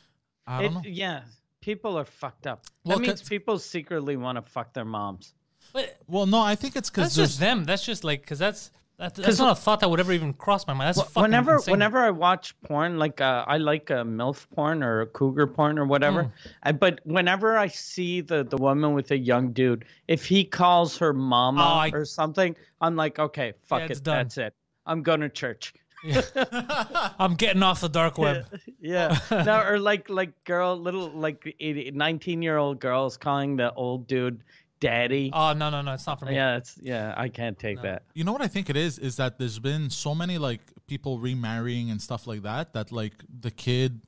Speaker 4: I
Speaker 3: it,
Speaker 4: don't know.
Speaker 3: yeah. People are fucked up.
Speaker 4: Well,
Speaker 3: that means
Speaker 4: c-
Speaker 3: people secretly want to fuck their moms.
Speaker 2: But
Speaker 4: Well, no, I think it's because
Speaker 2: that's
Speaker 4: there's
Speaker 2: just them. That's just like because that's that's, that's not a thought that would ever even cross my mind. That's fucking
Speaker 3: whenever
Speaker 2: insane.
Speaker 3: whenever I watch porn, like uh, I like uh, milf porn or cougar porn or whatever,
Speaker 2: Mm.
Speaker 3: I, but whenever I see the the woman with a young dude, if he calls her mama
Speaker 2: Oh, I-
Speaker 3: or something, I'm like, okay, fuck
Speaker 2: Yeah, it's
Speaker 3: it,
Speaker 2: done.
Speaker 3: that's it. I'm going to church.
Speaker 2: I'm getting off the dark web.
Speaker 3: Yeah, no, or like like girl, little like nineteen year old girls calling the old dude daddy.
Speaker 2: Oh no no no, it's not for me.
Speaker 3: yeah, it's yeah, I can't take that.
Speaker 4: You know what I think it is is that there's been so many like people remarrying and stuff like that that like the kid,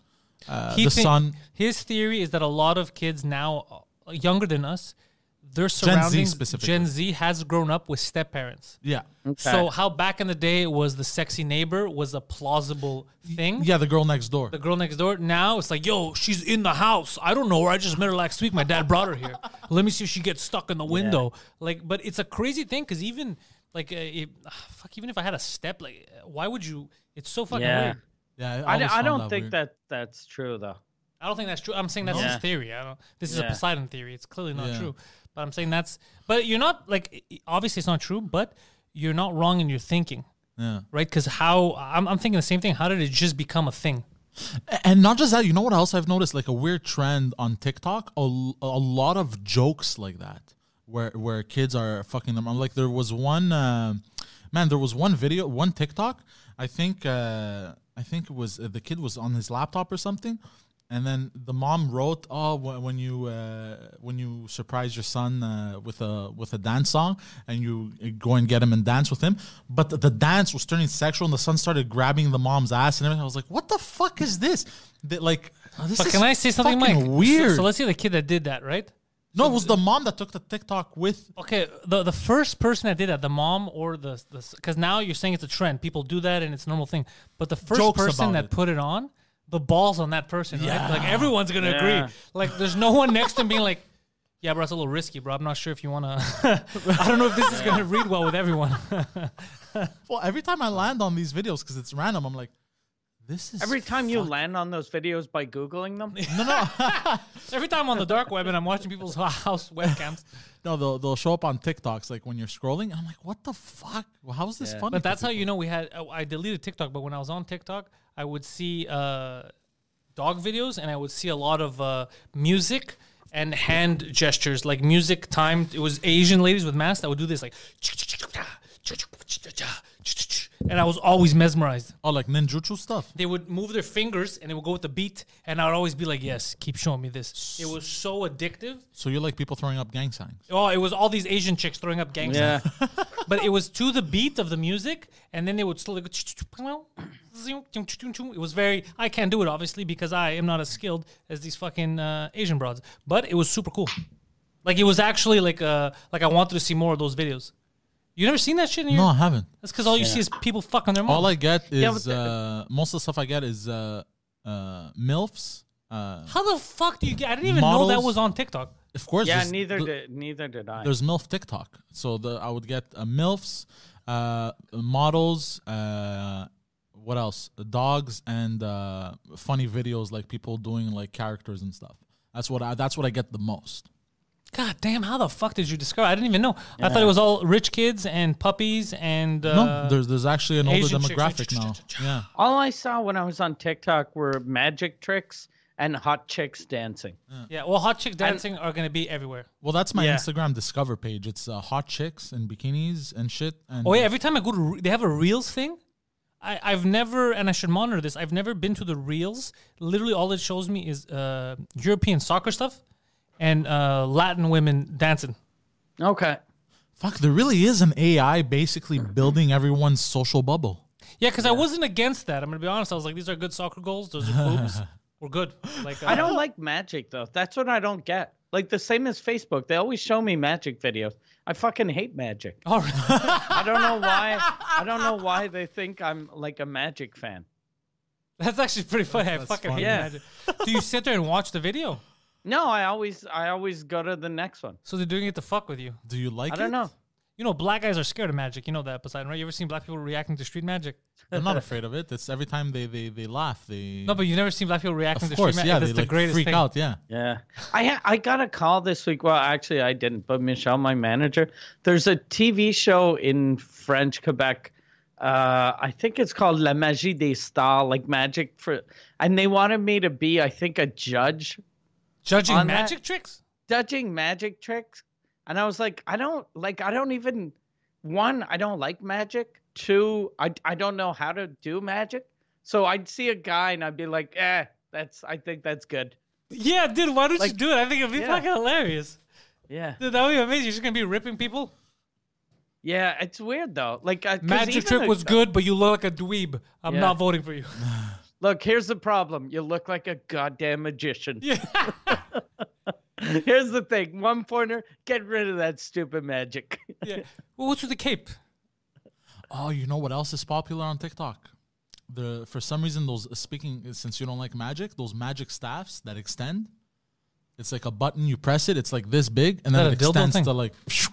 Speaker 4: uh,
Speaker 2: He
Speaker 4: the
Speaker 2: think-
Speaker 4: son,
Speaker 2: His theory is that a lot of kids now, uh, younger than us, their
Speaker 4: Z
Speaker 2: surroundings,
Speaker 4: specifically.
Speaker 2: Gen Z has grown up with step parents.
Speaker 4: yeah,
Speaker 2: So how back in the day was the sexy neighbor was a plausible thing.
Speaker 4: yeah, the girl next door.
Speaker 2: The girl next door. Now it's like, yo, she's in the house. I don't know her. I just met her last week. My dad brought her here. Let me see if she gets stuck in the window. Like, but it's a crazy thing because even like, uh, it, ah, fuck, even if I had a step, like, uh, why would you? It's so fucking
Speaker 3: Yeah.
Speaker 2: weird.
Speaker 4: yeah,
Speaker 3: I, d-
Speaker 4: always
Speaker 3: I
Speaker 4: found
Speaker 3: don't think
Speaker 4: weird.
Speaker 3: that that's true though.
Speaker 2: I don't think that's true. I'm saying that's
Speaker 3: Yeah.
Speaker 2: his theory. I don't. This is a
Speaker 3: Yeah.
Speaker 2: Poseidon theory. It's clearly not
Speaker 4: Yeah.
Speaker 2: true. But I'm saying that's. But you're not like. i- i- Obviously, it's not true. But you're not wrong in your thinking,
Speaker 4: Yeah.
Speaker 2: right? Because how I'm, I'm thinking the same thing. How did it just become a thing?
Speaker 4: And not just that, you know what else I've noticed? Like a weird trend on TikTok, a, l- a lot of jokes like that, where where kids are fucking them. I'm like, there was one, uh, man, there was one video, one TikTok. I think uh, I think it was uh, the kid was on his laptop or something, and then the mom wrote, "Oh, wh- when you uh, when you surprise your son uh, with a with a dance song, and you uh, go and get him and dance with him." But the, the dance was turning sexual, and the son started grabbing the mom's ass and everything. I was like, "What the fuck is this?" They, like, oh, this
Speaker 2: But
Speaker 4: is
Speaker 2: can I say something,
Speaker 4: fucking
Speaker 2: Mike? So-
Speaker 4: Weird.
Speaker 2: So, let's see the kid that did that, right?
Speaker 4: no, it was the mom that took the TikTok with.
Speaker 2: Okay, the the first person that did that, the mom or the the because now you're saying it's a trend. People do that and it's a normal thing. But the first
Speaker 4: Jokes
Speaker 2: person
Speaker 4: about
Speaker 2: that
Speaker 4: it.
Speaker 2: put it on, the balls on that person, right? Like everyone's gonna
Speaker 3: Yeah.
Speaker 2: agree. Like there's no one next to him being like, "Yeah, bro, it's a little risky, bro. I'm not sure if you wanna. I don't know if this is gonna read well with everyone."
Speaker 4: Well, every time I land on these videos because it's random, I'm like, "This is
Speaker 3: Every time you land on those videos by googling them,
Speaker 2: Every time on the dark web and I'm watching people's house webcams,
Speaker 4: No, they'll, they'll show up on TikToks like when you're scrolling. And I'm like, what the fuck? Well, how is this funny?
Speaker 2: But that's how you know we had. oh, I deleted TikTok, but when I was on TikTok, I would see uh, dog videos and I would see a lot of uh, music and hand gestures, like music time. It was Asian ladies with masks that would do this, like, and I was always mesmerized.
Speaker 4: oh, like ninjutsu stuff.
Speaker 2: They would move their fingers and it would go with the beat, and I would always be like, "Yes, keep showing me this." It was so addictive.
Speaker 4: So you're like people throwing up gang signs.
Speaker 2: Oh, it was all these Asian chicks throwing up gang signs.
Speaker 3: yeah,
Speaker 2: but it was to the beat of the music, and then they would slowly go. It was very. I can't do it obviously because I am not as skilled as these fucking uh, Asian broads. But it was super cool. Like it was actually like uh like I wanted to see more of those videos. You never seen that shit in your.
Speaker 4: No, I haven't.
Speaker 2: That's because all you see is people fucking their mom.
Speaker 4: All I get
Speaker 3: but
Speaker 4: is
Speaker 3: the-
Speaker 4: uh, most of the stuff I get is uh, uh, milfs. Uh,
Speaker 2: How the fuck do you get? I didn't even
Speaker 4: Models.
Speaker 2: know that was on TikTok.
Speaker 4: of course,
Speaker 3: Yeah,
Speaker 4: there's-
Speaker 3: neither
Speaker 4: th-
Speaker 3: did neither did I.
Speaker 4: there's milf TikTok, so the, I would get uh, milfs, uh, models. Uh, what else? Dogs and uh, funny videos like people doing like characters and stuff. That's what I. That's what I get the most.
Speaker 2: God damn! How the fuck did you discover? I didn't even know. I thought it was all rich kids and puppies and uh,
Speaker 4: no, there's there's actually an older
Speaker 2: Asian chicks,
Speaker 4: demographic
Speaker 2: ch- ch-
Speaker 4: now.
Speaker 2: ch- ch-
Speaker 4: Yeah.
Speaker 3: All I saw when I was on TikTok were magic tricks and hot chicks dancing.
Speaker 2: yeah. Well, hot chick dancing are gonna be everywhere.
Speaker 4: Well, that's my
Speaker 3: Yeah.
Speaker 4: Instagram discover page. It's uh, hot chicks and bikinis and shit. And
Speaker 2: Oh yeah, every time I go to, Re- they have a reels thing. I, I've never, and I should monitor this. I've never been to the reels. Literally, all it shows me is uh, European soccer stuff and uh, Latin women dancing.
Speaker 3: Okay.
Speaker 4: Fuck, there really is an AI basically
Speaker 2: Mm-hmm.
Speaker 4: building everyone's social bubble.
Speaker 2: Yeah, because I wasn't against that. I'm gonna be honest. I was like, these are good soccer goals. Those are boobs. We're good. Like uh,
Speaker 3: I don't like magic though. That's what I don't get. Like the same as Facebook, they always show me magic videos. I fucking hate magic.
Speaker 2: All right.
Speaker 3: I don't know why. I don't know why they think I'm like a magic fan.
Speaker 2: That's actually pretty funny. I fucking
Speaker 4: funny.
Speaker 2: hate
Speaker 3: Yeah.
Speaker 2: magic. Do you sit there and watch the video?
Speaker 3: No, I always I always go to the next one.
Speaker 2: So they're doing it to fuck with you.
Speaker 4: Do you like
Speaker 3: I don't
Speaker 4: it?
Speaker 3: know.
Speaker 2: You know, black guys are scared of magic. You know that, Poseidon, right? You ever seen black people reacting to street magic?
Speaker 4: I'm not afraid of it. It's every time they, they, they laugh, they.
Speaker 2: No, but you've never seen black people reacting
Speaker 4: of
Speaker 2: to
Speaker 4: course,
Speaker 2: street
Speaker 4: yeah,
Speaker 2: magic.
Speaker 4: they
Speaker 2: That's the
Speaker 4: like
Speaker 2: greatest
Speaker 4: freak
Speaker 2: thing.
Speaker 4: out, yeah.
Speaker 3: Yeah. I ha- I got a call this week. Well, actually I didn't, but Michelle, my manager, there's a TV show in French Quebec. Uh, I think it's called La Magie des Stars, like magic for and they wanted me to be, I think, a judge
Speaker 2: Judging
Speaker 3: on that-
Speaker 2: magic tricks?
Speaker 3: judging magic tricks and i was like i don't like i don't even one i don't like magic two i, I don't know how to do magic so i'd see a guy and i'd be like eh that's i think that's good
Speaker 2: Yeah, dude, why don't you
Speaker 3: Like,
Speaker 2: do it? I think it'd be
Speaker 3: yeah.
Speaker 2: fucking hilarious.
Speaker 3: yeah
Speaker 2: Dude, that would be amazing. You're just gonna be ripping people.
Speaker 3: yeah it's weird though like I, 'cause
Speaker 2: Magic
Speaker 3: even
Speaker 2: trick
Speaker 3: a-
Speaker 2: was good, but you look like a dweeb. I'm
Speaker 3: Yeah.
Speaker 2: not voting for you.
Speaker 3: look here's the problem you look like a goddamn magician
Speaker 2: Yeah.
Speaker 3: here's the thing one pointer get rid of that stupid magic
Speaker 2: yeah. Well, what's with the cape?
Speaker 4: Oh, you know what else is popular on TikTok? The For some reason, those speaking, since you don't like magic, those magic staffs that extend. It's like a button, you press it, it's like this big, and then
Speaker 2: that
Speaker 4: it
Speaker 2: a dildo
Speaker 4: extends
Speaker 2: thing?
Speaker 4: to like.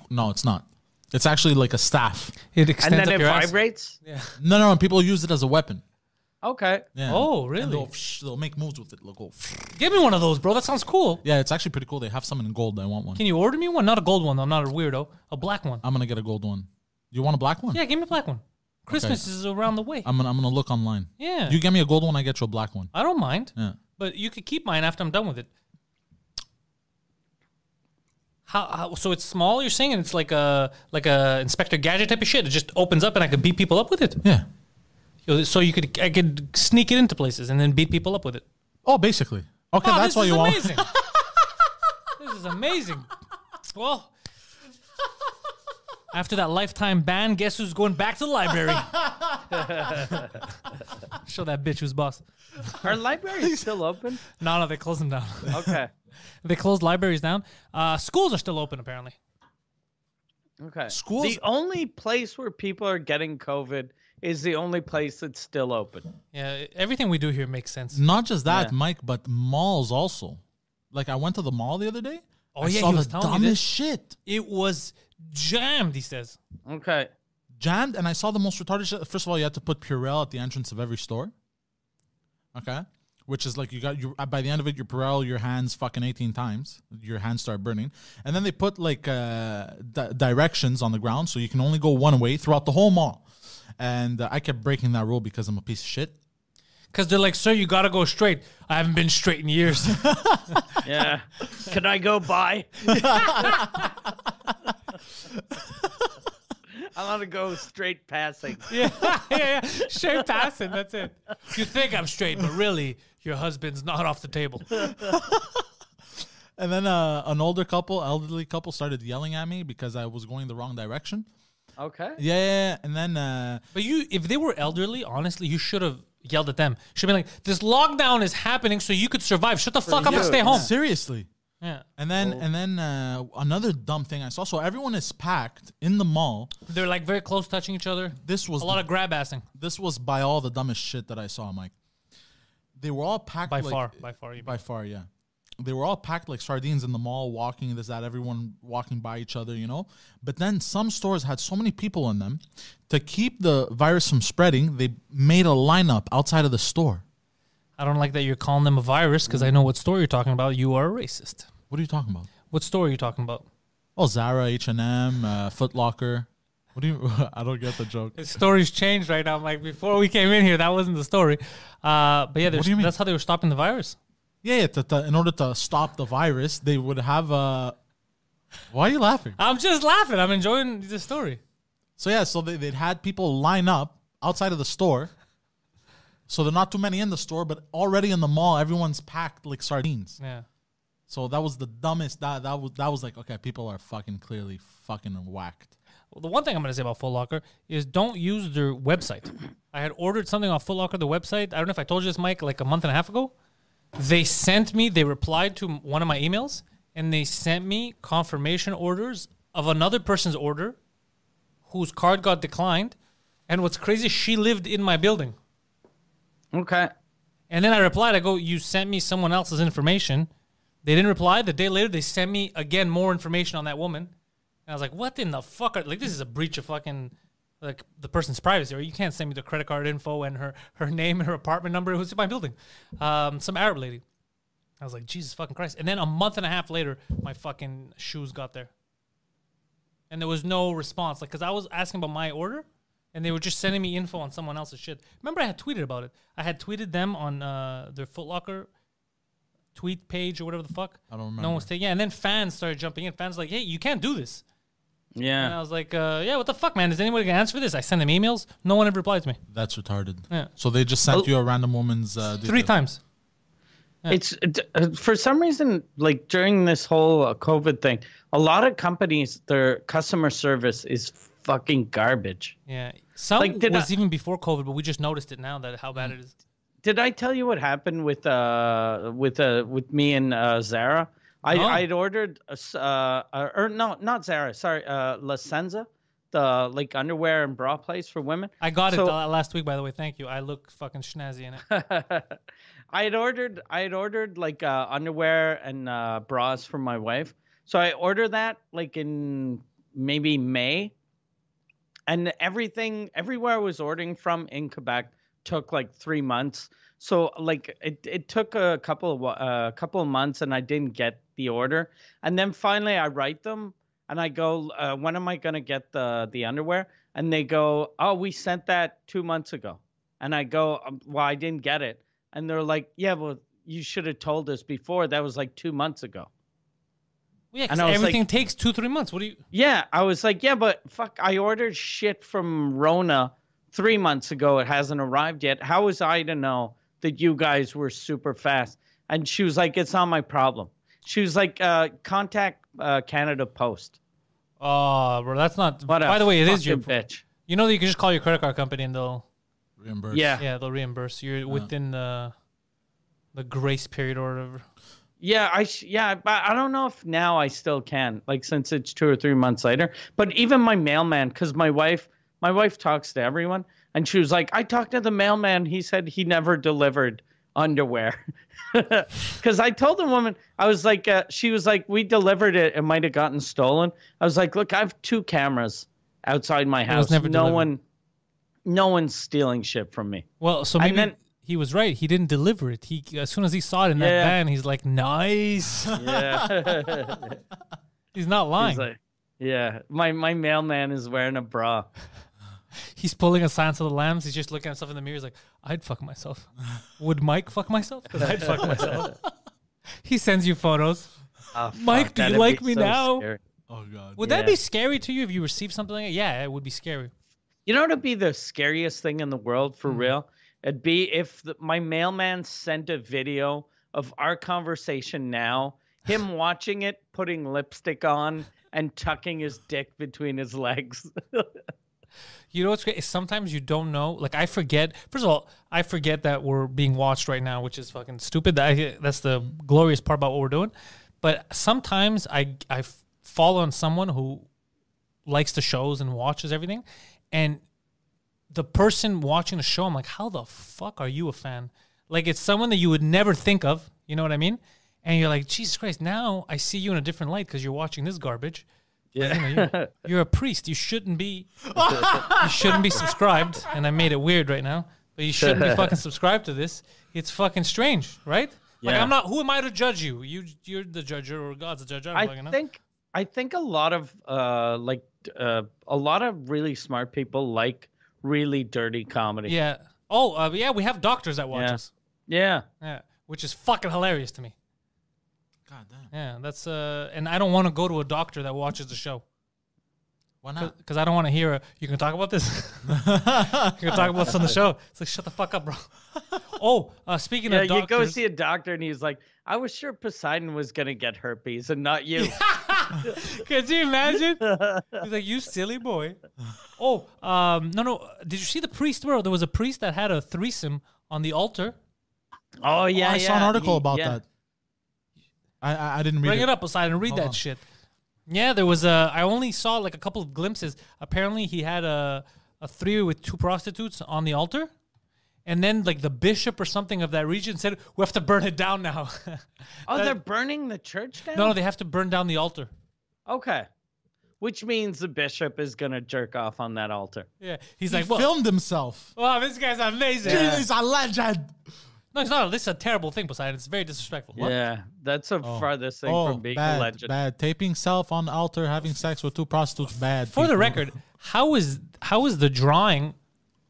Speaker 4: No, it's not. It's actually like a staff.
Speaker 2: It
Speaker 3: and
Speaker 2: extends
Speaker 3: then
Speaker 2: up
Speaker 3: it
Speaker 2: your ass.
Speaker 3: vibrates
Speaker 4: No, no, and people use it as a weapon.
Speaker 3: okay
Speaker 4: Yeah.
Speaker 2: Oh,
Speaker 4: And
Speaker 2: really?
Speaker 4: they'll, they'll make moves with it. They'll go.
Speaker 2: Give me one of those, bro. That sounds cool.
Speaker 4: Yeah, it's actually pretty cool. They have some in gold. I want one.
Speaker 2: Can you order me one? Not a gold one. though. I'm not a weirdo. A black one.
Speaker 4: I'm gonna get a gold one. You want a black one?
Speaker 2: Yeah, give me a black one. Christmas is around the way.
Speaker 3: Um,
Speaker 4: I'm gonna I'm gonna look online.
Speaker 2: yeah.
Speaker 4: You get me a gold one, I get you a black one.
Speaker 2: I don't mind.
Speaker 4: Yeah.
Speaker 2: But you could keep mine after I'm done with it. How, how so it's small you're saying and it's like a like a inspector gadget type of shit it just opens up and I could beat people up with it
Speaker 4: Yeah.
Speaker 2: Yo, so you could I could sneak it into places and then beat people up with it
Speaker 4: Oh, basically. Okay,
Speaker 2: Oh, this
Speaker 4: that's why
Speaker 2: is
Speaker 4: you want.
Speaker 2: amazing. this is amazing well after that lifetime ban guess who's going back to the library show that bitch who's boss
Speaker 3: our library is still open
Speaker 2: no no they closed them down
Speaker 3: okay
Speaker 2: They closed libraries down. Uh, schools are still open apparently.
Speaker 3: Okay.
Speaker 4: Schools-
Speaker 3: The only place where people are getting COVID is the only place that's still open.
Speaker 2: Yeah, everything we do here makes sense.
Speaker 4: Not just that,
Speaker 3: Yeah.
Speaker 4: Mike, but malls also. Like I went to the mall the other day.
Speaker 2: Oh,
Speaker 4: I
Speaker 2: yeah,
Speaker 4: saw
Speaker 2: he was
Speaker 4: the
Speaker 2: telling me
Speaker 4: dumbest
Speaker 2: this.
Speaker 4: shit
Speaker 2: It was jammed. He says.
Speaker 3: Okay.
Speaker 4: jammed, and I saw the most retarded shit. First of all, you had to put Purell at the entrance of every store. Okay, which is like you got you by the end of it, your Purell, your hands fucking eighteen times. Your hands start burning, and then they put like uh, di- directions on the ground, so you can only go one way throughout the whole mall. And uh, I kept breaking that rule because I'm a piece of shit.
Speaker 2: Because they're like, sir, you gotta go straight. I haven't been straight in years.
Speaker 3: Yeah. Can I go by? I want to go straight passing.
Speaker 2: yeah, yeah, yeah. Straight passing. That's it. You think I'm straight, but really, your husband's not off the table.
Speaker 4: And then uh, an older couple, elderly couple, started yelling at me because I was going the wrong direction.
Speaker 3: Okay.
Speaker 4: Yeah, yeah, yeah. and then uh,
Speaker 2: But you, if they were elderly, honestly, you should have yelled at them. Should have been like, "This lockdown is happening, so you could survive. Shut the fuck up and
Speaker 4: yeah,
Speaker 2: stay home."
Speaker 4: Seriously.
Speaker 2: Yeah.
Speaker 4: And then
Speaker 2: Oh.
Speaker 4: and then uh, another dumb thing I saw. So everyone is packed in the mall.
Speaker 2: They're like very close, touching each other.
Speaker 4: This was
Speaker 2: a lot of grab assing.
Speaker 4: this was by all the dumbest shit that I saw, Mike. They were all packed
Speaker 2: By
Speaker 4: like-
Speaker 2: far, by far, you
Speaker 4: by far, yeah. They were all packed like sardines in the mall, walking this that, everyone walking by each other, you know. But then some stores had so many people in them to keep the virus from spreading. They made a lineup outside of the store.
Speaker 2: I don't like that you're calling them a virus because I know what store you're talking about. You are a racist.
Speaker 4: What are you talking about?
Speaker 2: What store are you talking about?
Speaker 4: Oh, Zara, H and M, uh, Foot Locker. What do you? I don't get the joke.
Speaker 2: The story's changed right now. I'm like, before we came in here, that wasn't the story. Uh, but yeah,
Speaker 4: What do you mean?
Speaker 2: that's how they were stopping the virus.
Speaker 4: Yeah, yeah to, to, in order to stop the virus, they would have a. Why are you laughing?
Speaker 2: I'm just laughing. I'm enjoying the story.
Speaker 4: So yeah, so they, they'd had people line up outside of the store. So there are not too many in the store, but already in the mall, everyone's packed like sardines.
Speaker 2: Yeah.
Speaker 4: So that was the dumbest. That that was that was like okay, people are fucking clearly fucking whacked.
Speaker 2: Well, the one thing I'm going to say about Foot Locker is don't use their website. I had ordered something off Foot Locker, the website. I don't know if I told you this, Mike, like a month and a half ago. They sent me, they replied to m- one of my emails, and they sent me confirmation orders of another person's order whose card got declined. And what's crazy, she lived in my building.
Speaker 3: Okay.
Speaker 2: And then I replied, I go, You sent me someone else's information. They didn't reply. The day later, they sent me again more information on that woman. And I was like, What in the fuck? Are, like, this is a breach of fucking like the person's privacy, or you can't send me the credit card info and her, her name and her apartment number. It was in my building. Um, some Arab lady. I was like, Jesus fucking Christ. And then a month and a half later, my fucking shoes got there. And there was no response. Like, cause I was asking about my order and they were just sending me info on someone else's shit. Remember, I had tweeted about it. I had tweeted them on uh, their Foot Locker tweet page or whatever the fuck.
Speaker 4: I don't
Speaker 2: No
Speaker 4: remember.
Speaker 2: one was taking. Yeah, and then fans started jumping in. Fans like, hey, you can't do this. And I
Speaker 3: Yeah.
Speaker 2: was like, uh, yeah, what the fuck, man? Is anybody gonna answer for this? I sent them emails. No one ever replied to me.
Speaker 4: That's retarded.
Speaker 2: Yeah.
Speaker 4: So they just sent you a random woman's uh,
Speaker 2: Three
Speaker 4: details.
Speaker 2: times.
Speaker 3: It's it- uh, for some reason like during this whole uh, COVID thing, a lot of companies their customer service is fucking garbage.
Speaker 2: Yeah. Some
Speaker 3: Like, did
Speaker 2: was
Speaker 3: I- Mm.
Speaker 2: even before COVID, but we just noticed it now that how bad it is.
Speaker 3: Did I tell you what happened with uh with uh with me and uh, Zara? I
Speaker 2: No.
Speaker 3: I'd ordered a s- uh, uh or no not Zara sorry uh La Senza, the like underwear and bra place for women.
Speaker 2: I got it
Speaker 3: So-
Speaker 2: uh, last week, by the way. Thank you. I look fucking schnazzy in it.
Speaker 3: I had ordered I had ordered like uh, underwear and uh, bras for my wife. So I ordered that like in maybe May, and everything everywhere I was ordering from in Quebec took like three months. So like it, it took a couple of a uh, couple of months, and I didn't get the order. And then finally, I write them, and I go, uh, "When am I gonna get the the underwear?" And they go, "Oh, we sent that two months ago." And I go, um, "Well, I didn't get it." And they're like, "Yeah, well, you should have told us before. That was like two months ago."
Speaker 2: Yeah, 'cause
Speaker 3: And I was like-
Speaker 2: everything takes two, three months. What do you?
Speaker 3: Yeah, I was like, yeah, but fuck, I ordered shit from Rona three months ago. It hasn't arrived yet. How was I to know that you guys were super fast? And she was like, it's not my problem. She was like, uh, contact uh, Canada Post.
Speaker 2: Oh, bro, that's not.
Speaker 3: What a
Speaker 2: by the way, it is your.
Speaker 3: fucking bitch.
Speaker 2: You know that you can just call your credit card company and they'll
Speaker 4: Reimbursed.
Speaker 3: Yeah, yeah,
Speaker 2: yeah they'll reimburse. You're within the the grace period or whatever.
Speaker 3: I sh- yeah, but I don't know if now I still can. Like since it's two or three months later. But even my mailman, because my wife, my wife talks to everyone, and she was like, I talked to the mailman. He said he never delivered underwear. because I told the woman, I was like, uh, she was like, we delivered it. It might have gotten stolen. I was like, look, I have two cameras outside my house.
Speaker 2: never
Speaker 3: no
Speaker 2: delivered.
Speaker 3: one, no one's stealing shit from me.
Speaker 2: Well, so
Speaker 3: And
Speaker 2: maybe
Speaker 3: then-
Speaker 2: he was right. He didn't deliver it. He as soon as he saw it in that
Speaker 3: Yeah.
Speaker 2: van, he's like, nice.
Speaker 3: Yeah.
Speaker 2: he's not lying.
Speaker 3: He's
Speaker 2: He's,
Speaker 3: like, yeah, my my mailman is wearing a bra.
Speaker 2: pulling a Silence of the Lambs. He's just looking at himself in the mirror. He's like, I'd fuck myself. Would Mike fuck myself? 'Cause I'd fuck myself. he sends you photos.
Speaker 3: Oh,
Speaker 2: Mike,
Speaker 3: fuck,
Speaker 2: do you
Speaker 3: that'd be
Speaker 2: like me now?
Speaker 3: scary.
Speaker 4: Oh god.
Speaker 2: Would that
Speaker 3: Yeah.
Speaker 2: be scary to you if you received something like that? Yeah, it would be scary.
Speaker 3: You know what'd be the scariest thing in the world for
Speaker 2: Hmm.
Speaker 3: real? It'd be if the, my mailman sent a video of our conversation now him watching it, putting lipstick on, and tucking his dick between his legs.
Speaker 2: You know what's great? Is sometimes you don't know. Like I forget. First of all, I forget that we're being watched right now, which is fucking stupid. That I, that's the glorious part about what we're doing. But sometimes I I f- fall on someone who likes the shows and watches everything, and the person watching the show, I'm like, how the fuck are you a fan? Like it's someone that you would never think of. You know what I mean? And you're like, Jesus Christ! Now I see you in a different light because you're watching this garbage.
Speaker 3: Yeah.
Speaker 2: You're a priest. You shouldn't be. you shouldn't be subscribed. And I made it weird right now, but you shouldn't be fucking subscribed to this. It's fucking strange, right? Like
Speaker 3: Yeah.
Speaker 2: I'm not. Who am I to judge you? You you're the judge, or God's the judge. I don't fucking
Speaker 3: I
Speaker 2: know.
Speaker 3: think I think a lot of uh, like uh, a lot of really smart people like really dirty comedy.
Speaker 2: Yeah. Oh uh, yeah, we have doctors that watch
Speaker 3: Yeah.
Speaker 2: us.
Speaker 3: Yeah.
Speaker 2: Yeah, which is fucking hilarious to me.
Speaker 4: God damn.
Speaker 2: Yeah, that's uh, and I don't want to go to a doctor that watches the show
Speaker 4: Why not?
Speaker 2: because I don't want to hear. A, you can talk about this. you can talk about this on the show. It's like shut the fuck up, bro. Oh, uh, speaking
Speaker 3: Yeah,
Speaker 2: of
Speaker 3: you
Speaker 2: doctors,
Speaker 3: go see a doctor and he's like, I was sure Poseidon was gonna get herpes and not you.
Speaker 2: Could you imagine? He's like, you silly boy. Oh, um, no, no. Did you see the priest, bro? There was a priest that had a threesome on the altar.
Speaker 3: oh
Speaker 4: Oh,
Speaker 3: yeah.
Speaker 4: I saw an
Speaker 3: yeah,
Speaker 4: article
Speaker 3: he-
Speaker 4: about
Speaker 3: yeah.
Speaker 4: that. I, I I didn't read
Speaker 2: Bring
Speaker 4: it.
Speaker 2: it up, Poseidon. Read
Speaker 4: Hold
Speaker 2: that
Speaker 4: on.
Speaker 2: shit. Yeah, there was a. I only saw like a couple of glimpses. Apparently, he had a a three with two prostitutes on the altar, and then like the bishop or something of that region said, "We have to burn it down now."
Speaker 3: Oh, they're burning the church down?
Speaker 2: no, no, they have to burn down the altar.
Speaker 3: Okay. Which means the bishop is gonna jerk off on that altar.
Speaker 2: Yeah, he's
Speaker 4: He
Speaker 2: like, well,
Speaker 4: filmed himself.
Speaker 2: wow, this guy's amazing.
Speaker 4: Dude, he's a legend.
Speaker 2: No, it's not. This is a terrible thing, Poseidon. It's very disrespectful. What?
Speaker 3: Yeah. That's the farthest thing
Speaker 4: Oh,
Speaker 3: from being
Speaker 4: bad,
Speaker 3: a legend.
Speaker 4: bad. Taping self on altar, having sex with two prostitutes, bad.
Speaker 2: For the
Speaker 4: people.
Speaker 2: record, how is how is the drawing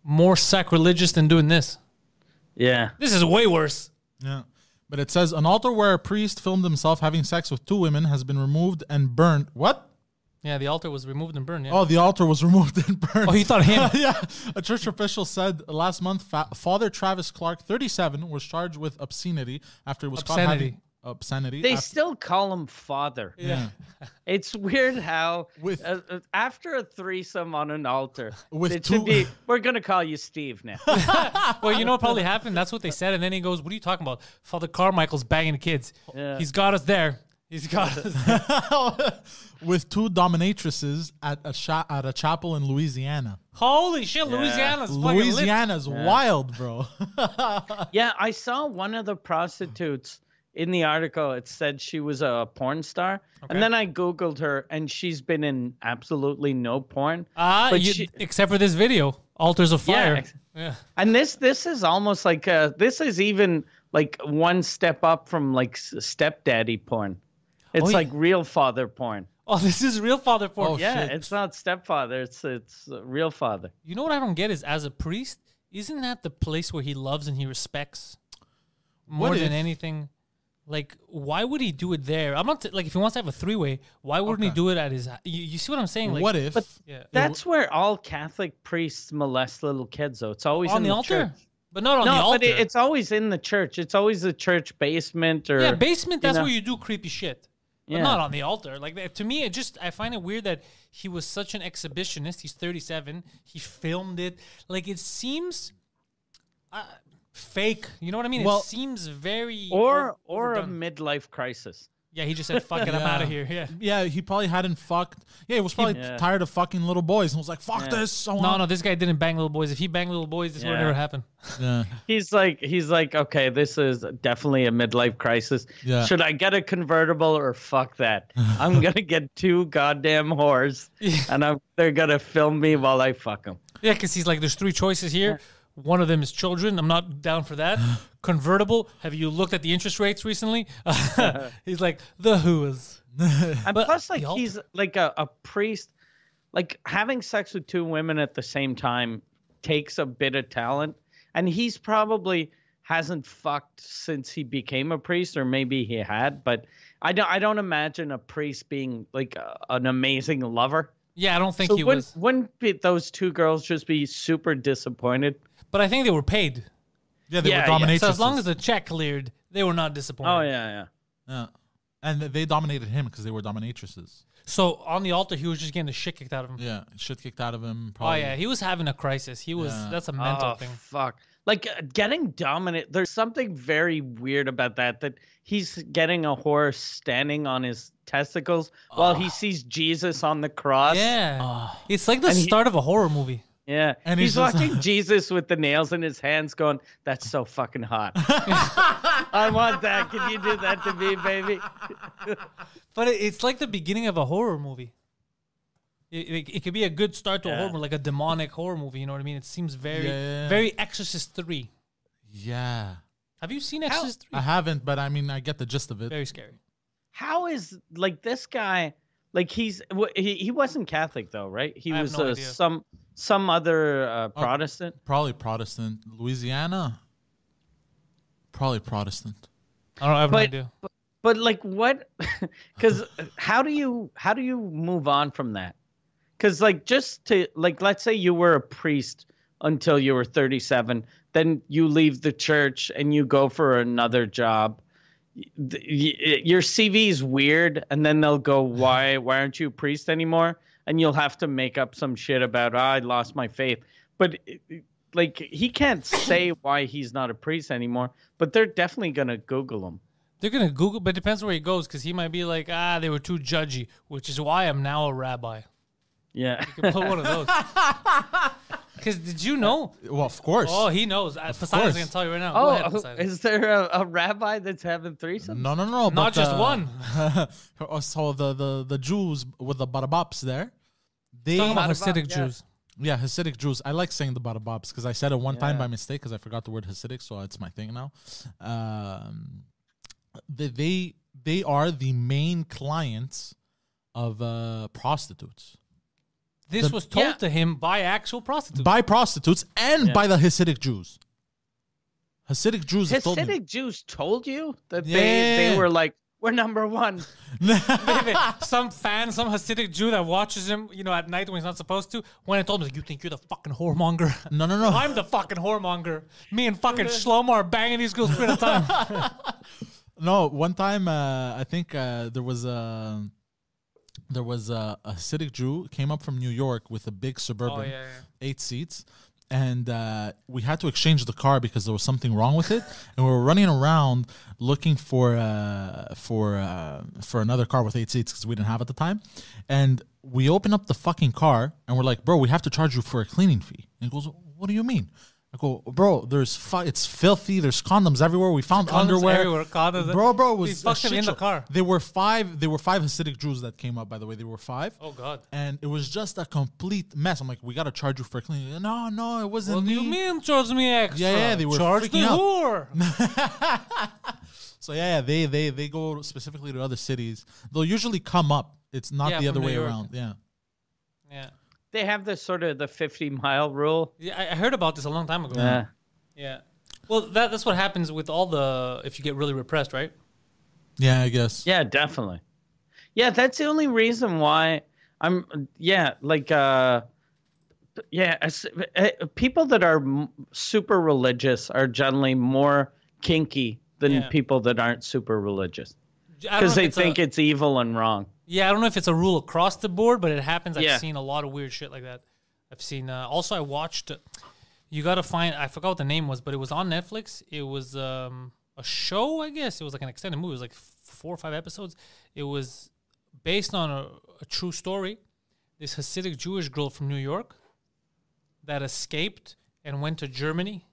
Speaker 2: more sacrilegious than doing this?
Speaker 3: Yeah.
Speaker 2: This is way worse.
Speaker 4: Yeah. But it says an altar where a priest filmed himself having sex with two women has been removed and burned. What?
Speaker 2: Yeah, the altar was removed and burned. Yeah.
Speaker 4: Oh, the altar was removed and burned.
Speaker 2: Oh, you thought him.
Speaker 4: yeah. A church official said last month fa- Father Travis Clark, 37, was charged with obscenity after he was caught
Speaker 2: Obscenity.
Speaker 4: having obscenity.
Speaker 3: They
Speaker 4: after-
Speaker 3: still call him father.
Speaker 4: yeah.
Speaker 3: It's weird how
Speaker 4: With-
Speaker 3: uh, uh, after a threesome on an altar,
Speaker 4: With
Speaker 3: it
Speaker 4: two-
Speaker 3: should be we're gonna call you Steve now.
Speaker 2: Well, you know what probably happened? That's what they said. And then he goes, What are you talking about? Father Carmichael's banging kids.
Speaker 3: Yeah.
Speaker 2: He's got us there. He's got us. there."
Speaker 4: with two dominatrices at a sha- at a chapel in Louisiana.
Speaker 2: Holy shit, Louisiana's fucking lit.
Speaker 4: Louisiana's wild, bro.
Speaker 3: yeah, I saw one of the prostitutes in the article. It said she was a porn star, and then I googled her, and she's been in absolutely no porn.
Speaker 2: Ah,
Speaker 3: But
Speaker 2: you-
Speaker 3: she-
Speaker 2: except for this video, Altars of
Speaker 3: Yeah,
Speaker 2: Fire.
Speaker 3: ex-
Speaker 2: yeah.
Speaker 3: And this this is almost like uh, this is even like one step up from like s- stepdaddy porn. It's
Speaker 2: Oh, yeah.
Speaker 3: like real father porn.
Speaker 2: Oh, this is real father porn.
Speaker 4: Oh,
Speaker 3: Yeah,
Speaker 4: shit.
Speaker 3: it's not stepfather. It's it's uh, real father.
Speaker 2: You know what I don't get is as a priest, isn't that the place where he loves and he respects more
Speaker 4: What
Speaker 2: than
Speaker 4: if-
Speaker 2: anything? Like, why would he do it there? I'm not t- like if he wants to have a three way, why wouldn't he
Speaker 4: Okay.
Speaker 2: do it at his? You, you see what I'm saying? Like,
Speaker 4: what if?
Speaker 2: Yeah,
Speaker 3: That's where all Catholic priests molest little kids, though. It's always
Speaker 2: on
Speaker 3: in
Speaker 2: the, altar,
Speaker 3: church.
Speaker 2: but not on
Speaker 3: no,
Speaker 2: the altar.
Speaker 3: but it, it's always in the church. It's always the church basement or
Speaker 2: yeah, basement. That's
Speaker 3: know.
Speaker 2: where you do creepy shit. But
Speaker 3: Yeah.
Speaker 2: not on the altar. Like that- to me, it just I find it weird that he was such an exhibitionist. He's 37. He filmed it. Like it seems uh, fake. You know what I mean?
Speaker 4: Well-
Speaker 2: it seems very
Speaker 3: or
Speaker 2: o-
Speaker 3: or a
Speaker 2: overdone.
Speaker 3: midlife crisis.
Speaker 2: Yeah, he just said, "Fuck it, I'm out of here." Yeah.
Speaker 4: Yeah, he probably hadn't fucked. Yeah, he was probably
Speaker 3: Yeah.
Speaker 4: tired of fucking little boys and was like, "Fuck this." I
Speaker 2: No,
Speaker 4: wanna-
Speaker 2: no, this guy didn't bang little boys. If he banged little boys, this would
Speaker 3: Yeah.
Speaker 2: never happen.
Speaker 4: Yeah.
Speaker 3: He's like he's like okay, this is definitely a midlife crisis.
Speaker 4: Yeah.
Speaker 3: Should I get a convertible or fuck that? I'm gonna get two goddamn whores, and I'm they're gonna film me while I fuck them.
Speaker 2: Yeah, because he's like, "There's three choices here. One of them is children. I'm not down for that. Convertible. Have you looked at the interest rates recently?" he's like, "The who is."
Speaker 3: And
Speaker 2: But
Speaker 3: plus, like
Speaker 2: the altar-
Speaker 3: he's like a, a priest. Like having sex with two women at the same time takes a bit of talent, and he's probably hasn't fucked since he became a priest, or maybe he had, but I don't. I don't imagine a priest being like a, an amazing lover.
Speaker 2: Yeah, I don't think
Speaker 3: So
Speaker 2: he
Speaker 3: wouldn't,
Speaker 2: was.
Speaker 3: wouldn't be- those two girls just be super disappointed?
Speaker 2: But I think they were paid.
Speaker 4: Yeah, they
Speaker 3: Yeah, yeah.
Speaker 4: were dominatrices.
Speaker 2: So as long as the check cleared, they were not disappointed.
Speaker 3: Oh yeah, yeah.
Speaker 4: Yeah. and they dominated him because they were dominatrices.
Speaker 2: So on the altar, he was just getting the shit kicked out of him.
Speaker 4: Yeah, shit kicked out of him.
Speaker 2: Oh
Speaker 4: Probably.
Speaker 2: yeah, he was having a crisis. He was.
Speaker 4: Yeah.
Speaker 2: That's a mental
Speaker 3: oh,
Speaker 2: thing.
Speaker 3: Fuck. Like uh, getting dominant. There's something very weird about that. That he's getting a horse standing on his testicles while he sees Jesus on the cross.
Speaker 2: Yeah,
Speaker 4: Ah.
Speaker 2: it's like the
Speaker 3: And he-
Speaker 2: start of a horror movie.
Speaker 3: Yeah.
Speaker 4: And
Speaker 3: he's,
Speaker 4: he's just-
Speaker 3: watching Jesus with the nails in his hands, going, "That's so fucking hot. I want that. Can you do that to me, baby?"
Speaker 2: But it, it's like the beginning of a horror movie. It, it, it could be a good start to a horror,
Speaker 3: Yeah.
Speaker 2: movie, like a demonic horror movie. You know what I mean? It seems very,
Speaker 4: Yeah, yeah, yeah.
Speaker 2: very Exorcist three.
Speaker 4: Yeah.
Speaker 2: Have you seen Exorcist
Speaker 4: I
Speaker 2: three?
Speaker 4: haven't, but I mean, I get the gist of it.
Speaker 2: Very scary.
Speaker 3: How is like this guy? Like he's wh- he, he wasn't Catholic though, right? He
Speaker 2: I have
Speaker 3: was
Speaker 2: no
Speaker 3: uh,
Speaker 2: idea.
Speaker 3: some some other uh, Protestant.
Speaker 4: Probably Protestant. Louisiana. Probably Protestant.
Speaker 2: I don't have no
Speaker 3: But-
Speaker 2: idea.
Speaker 3: but like what because how do you how do you move on from that because like just to like let's say you were a priest until you were 37 then you leave the church and you go for another job Th- y- your cv is weird and then they'll go why why aren't you a priest anymore and you'll have to make up some shit about "Ah, i lost my faith but it- it- like he can't say why he's not a priest anymore but they're definitely going to google him
Speaker 2: They're gonna Google, but it depends where he goes, because he might be like, ah, they were too judgy, which is why I'm now a rabbi.
Speaker 3: yeah
Speaker 2: You can put one of those. Because did you know?
Speaker 4: Well, of course.
Speaker 2: Oh, he knows. Uh, Poseidon's
Speaker 4: course.
Speaker 2: gonna tell you right now. Go
Speaker 3: Oh,
Speaker 2: ahead,
Speaker 3: oh,
Speaker 2: Poseidon.
Speaker 3: is there a, a rabbi that's having threesomes?
Speaker 4: No, no, no.
Speaker 2: Not
Speaker 4: but,
Speaker 2: just
Speaker 4: uh,
Speaker 2: one.
Speaker 4: oh, so the, the, the Jews with the Barabbas there, they
Speaker 2: Talking about Hasidic
Speaker 3: yeah.
Speaker 2: Jews.
Speaker 4: yeah Hasidic Jews. I like saying the Barabbas because I said it one time
Speaker 3: Yeah.
Speaker 4: by mistake because I forgot the word Hasidic, so it's my thing now. Um, they they they are the main clients of uh, prostitutes
Speaker 2: This
Speaker 4: The-
Speaker 2: was told
Speaker 3: Yeah.
Speaker 2: to him by actual prostitutes.
Speaker 4: by prostitutes and by the Hasidic Jews. Hasidic Jews have told me.
Speaker 3: Hasidic Jews told you that they,
Speaker 4: Yeah.
Speaker 3: they were like, we're number one.
Speaker 2: some fan, some Hasidic Jew that watches him, you know, at night when he's not supposed to. When I told him, like, you think you're the fucking whoremonger?
Speaker 4: No, no, no.
Speaker 2: I'm the fucking whoremonger. Me and fucking Shlomo are banging these girls three at a time.
Speaker 4: No, one time uh, I think uh, there was a there was a, a Hasidic Jew came up from New York with a big suburban,
Speaker 2: Oh, yeah, yeah.
Speaker 4: eight seats, and uh, we had to exchange the car because there was something wrong with it, and we were running around looking for uh, for uh, for another car with eight seats because we didn't have at the time, and we open up the fucking car and we're like, bro, we have to charge you for a cleaning fee. And he goes, what do you mean? I go, bro. There's fu- it's filthy. There's condoms everywhere. We found
Speaker 2: Condoms
Speaker 4: underwear.
Speaker 2: everywhere, condoms-
Speaker 4: Bro, bro, it
Speaker 2: He
Speaker 4: was a
Speaker 2: fucked him
Speaker 4: shit
Speaker 2: in the
Speaker 4: show.
Speaker 2: car.
Speaker 4: They were five. They were five Hasidic Jews that came up. By the way, they were five.
Speaker 2: Oh, God.
Speaker 4: And it was just a complete mess. I'm like, we gotta charge you for cleaning. No, no, it wasn't
Speaker 2: What do you
Speaker 4: me.
Speaker 2: mean charge me extra?
Speaker 4: Yeah, yeah, they were
Speaker 2: charge
Speaker 4: freaking
Speaker 2: the
Speaker 4: out.
Speaker 2: whore.
Speaker 4: So yeah, yeah, they they they go specifically to other cities. They'll usually come up. It's not
Speaker 2: Yeah,
Speaker 4: the
Speaker 2: from
Speaker 4: other
Speaker 2: New
Speaker 4: way
Speaker 2: York.
Speaker 4: around. Yeah.
Speaker 2: yeah,
Speaker 3: They have this sort of the 50 mile rule. Uh,
Speaker 2: yeah. I- I heard about this a long time ago.
Speaker 3: Yeah.
Speaker 2: Yeah. Well, that, that's what happens with all the if you get really repressed, right?
Speaker 4: Yeah, I guess.
Speaker 3: Yeah, definitely. Yeah, that's the only reason why I'm. Yeah, like, uh, yeah, as- eh, people that are m- super religious are generally more kinky than
Speaker 2: Yeah.
Speaker 3: people that aren't super religious
Speaker 2: I don't know
Speaker 3: because
Speaker 2: if
Speaker 3: they
Speaker 2: it's
Speaker 3: think
Speaker 2: a,
Speaker 3: it's evil and wrong.
Speaker 2: Yeah, I don't know if it's a rule across the board, but it happens. I've
Speaker 3: Yeah.
Speaker 2: seen a lot of weird shit like that. I've seen. Uh, also, I watched. You gotta find. I forgot what the name was, but it was on Netflix. It was um, a show, I guess. It was like an extended movie. It was like four or five episodes. It was based on a, a true story. This Hasidic Jewish girl from New York that escaped and went to Germany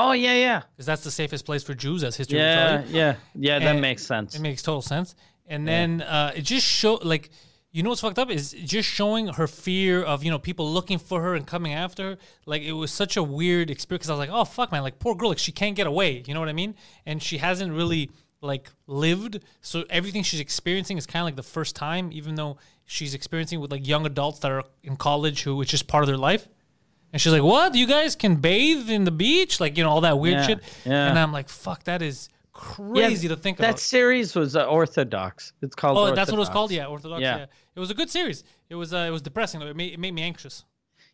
Speaker 3: Oh, yeah, yeah.
Speaker 2: because that's the safest place for Jews, as history will tell you.
Speaker 3: Yeah, yeah, yeah. That
Speaker 2: And-
Speaker 3: makes sense.
Speaker 2: It makes total sense. And then uh, it just show like you know what's fucked up is just showing her fear of you know people looking for her and coming after her. Like it was such a weird experience. 'cause I was like, oh fuck, man, like poor girl, like she can't get away. You know what I mean? And she hasn't really like lived, so everything she's experiencing is kind of like the first time, even though she's experiencing with like young adults that are in college who it's just part of their life. And she's like, "What? You guys can bathe in the beach, like you know all that weird
Speaker 3: Yeah,
Speaker 2: shit."
Speaker 3: yeah.
Speaker 2: And I'm like, "Fuck, that is
Speaker 3: Yeah,
Speaker 2: crazy to think
Speaker 3: that
Speaker 2: about."
Speaker 3: series was uh, Orthodox. It's called.
Speaker 2: Oh, that's what it was called.
Speaker 3: Orthodox.
Speaker 2: Yeah, Orthodox. Yeah.
Speaker 3: Yeah.
Speaker 2: it was a good series. It was. Uh, it was depressing. though. It made, it made me anxious.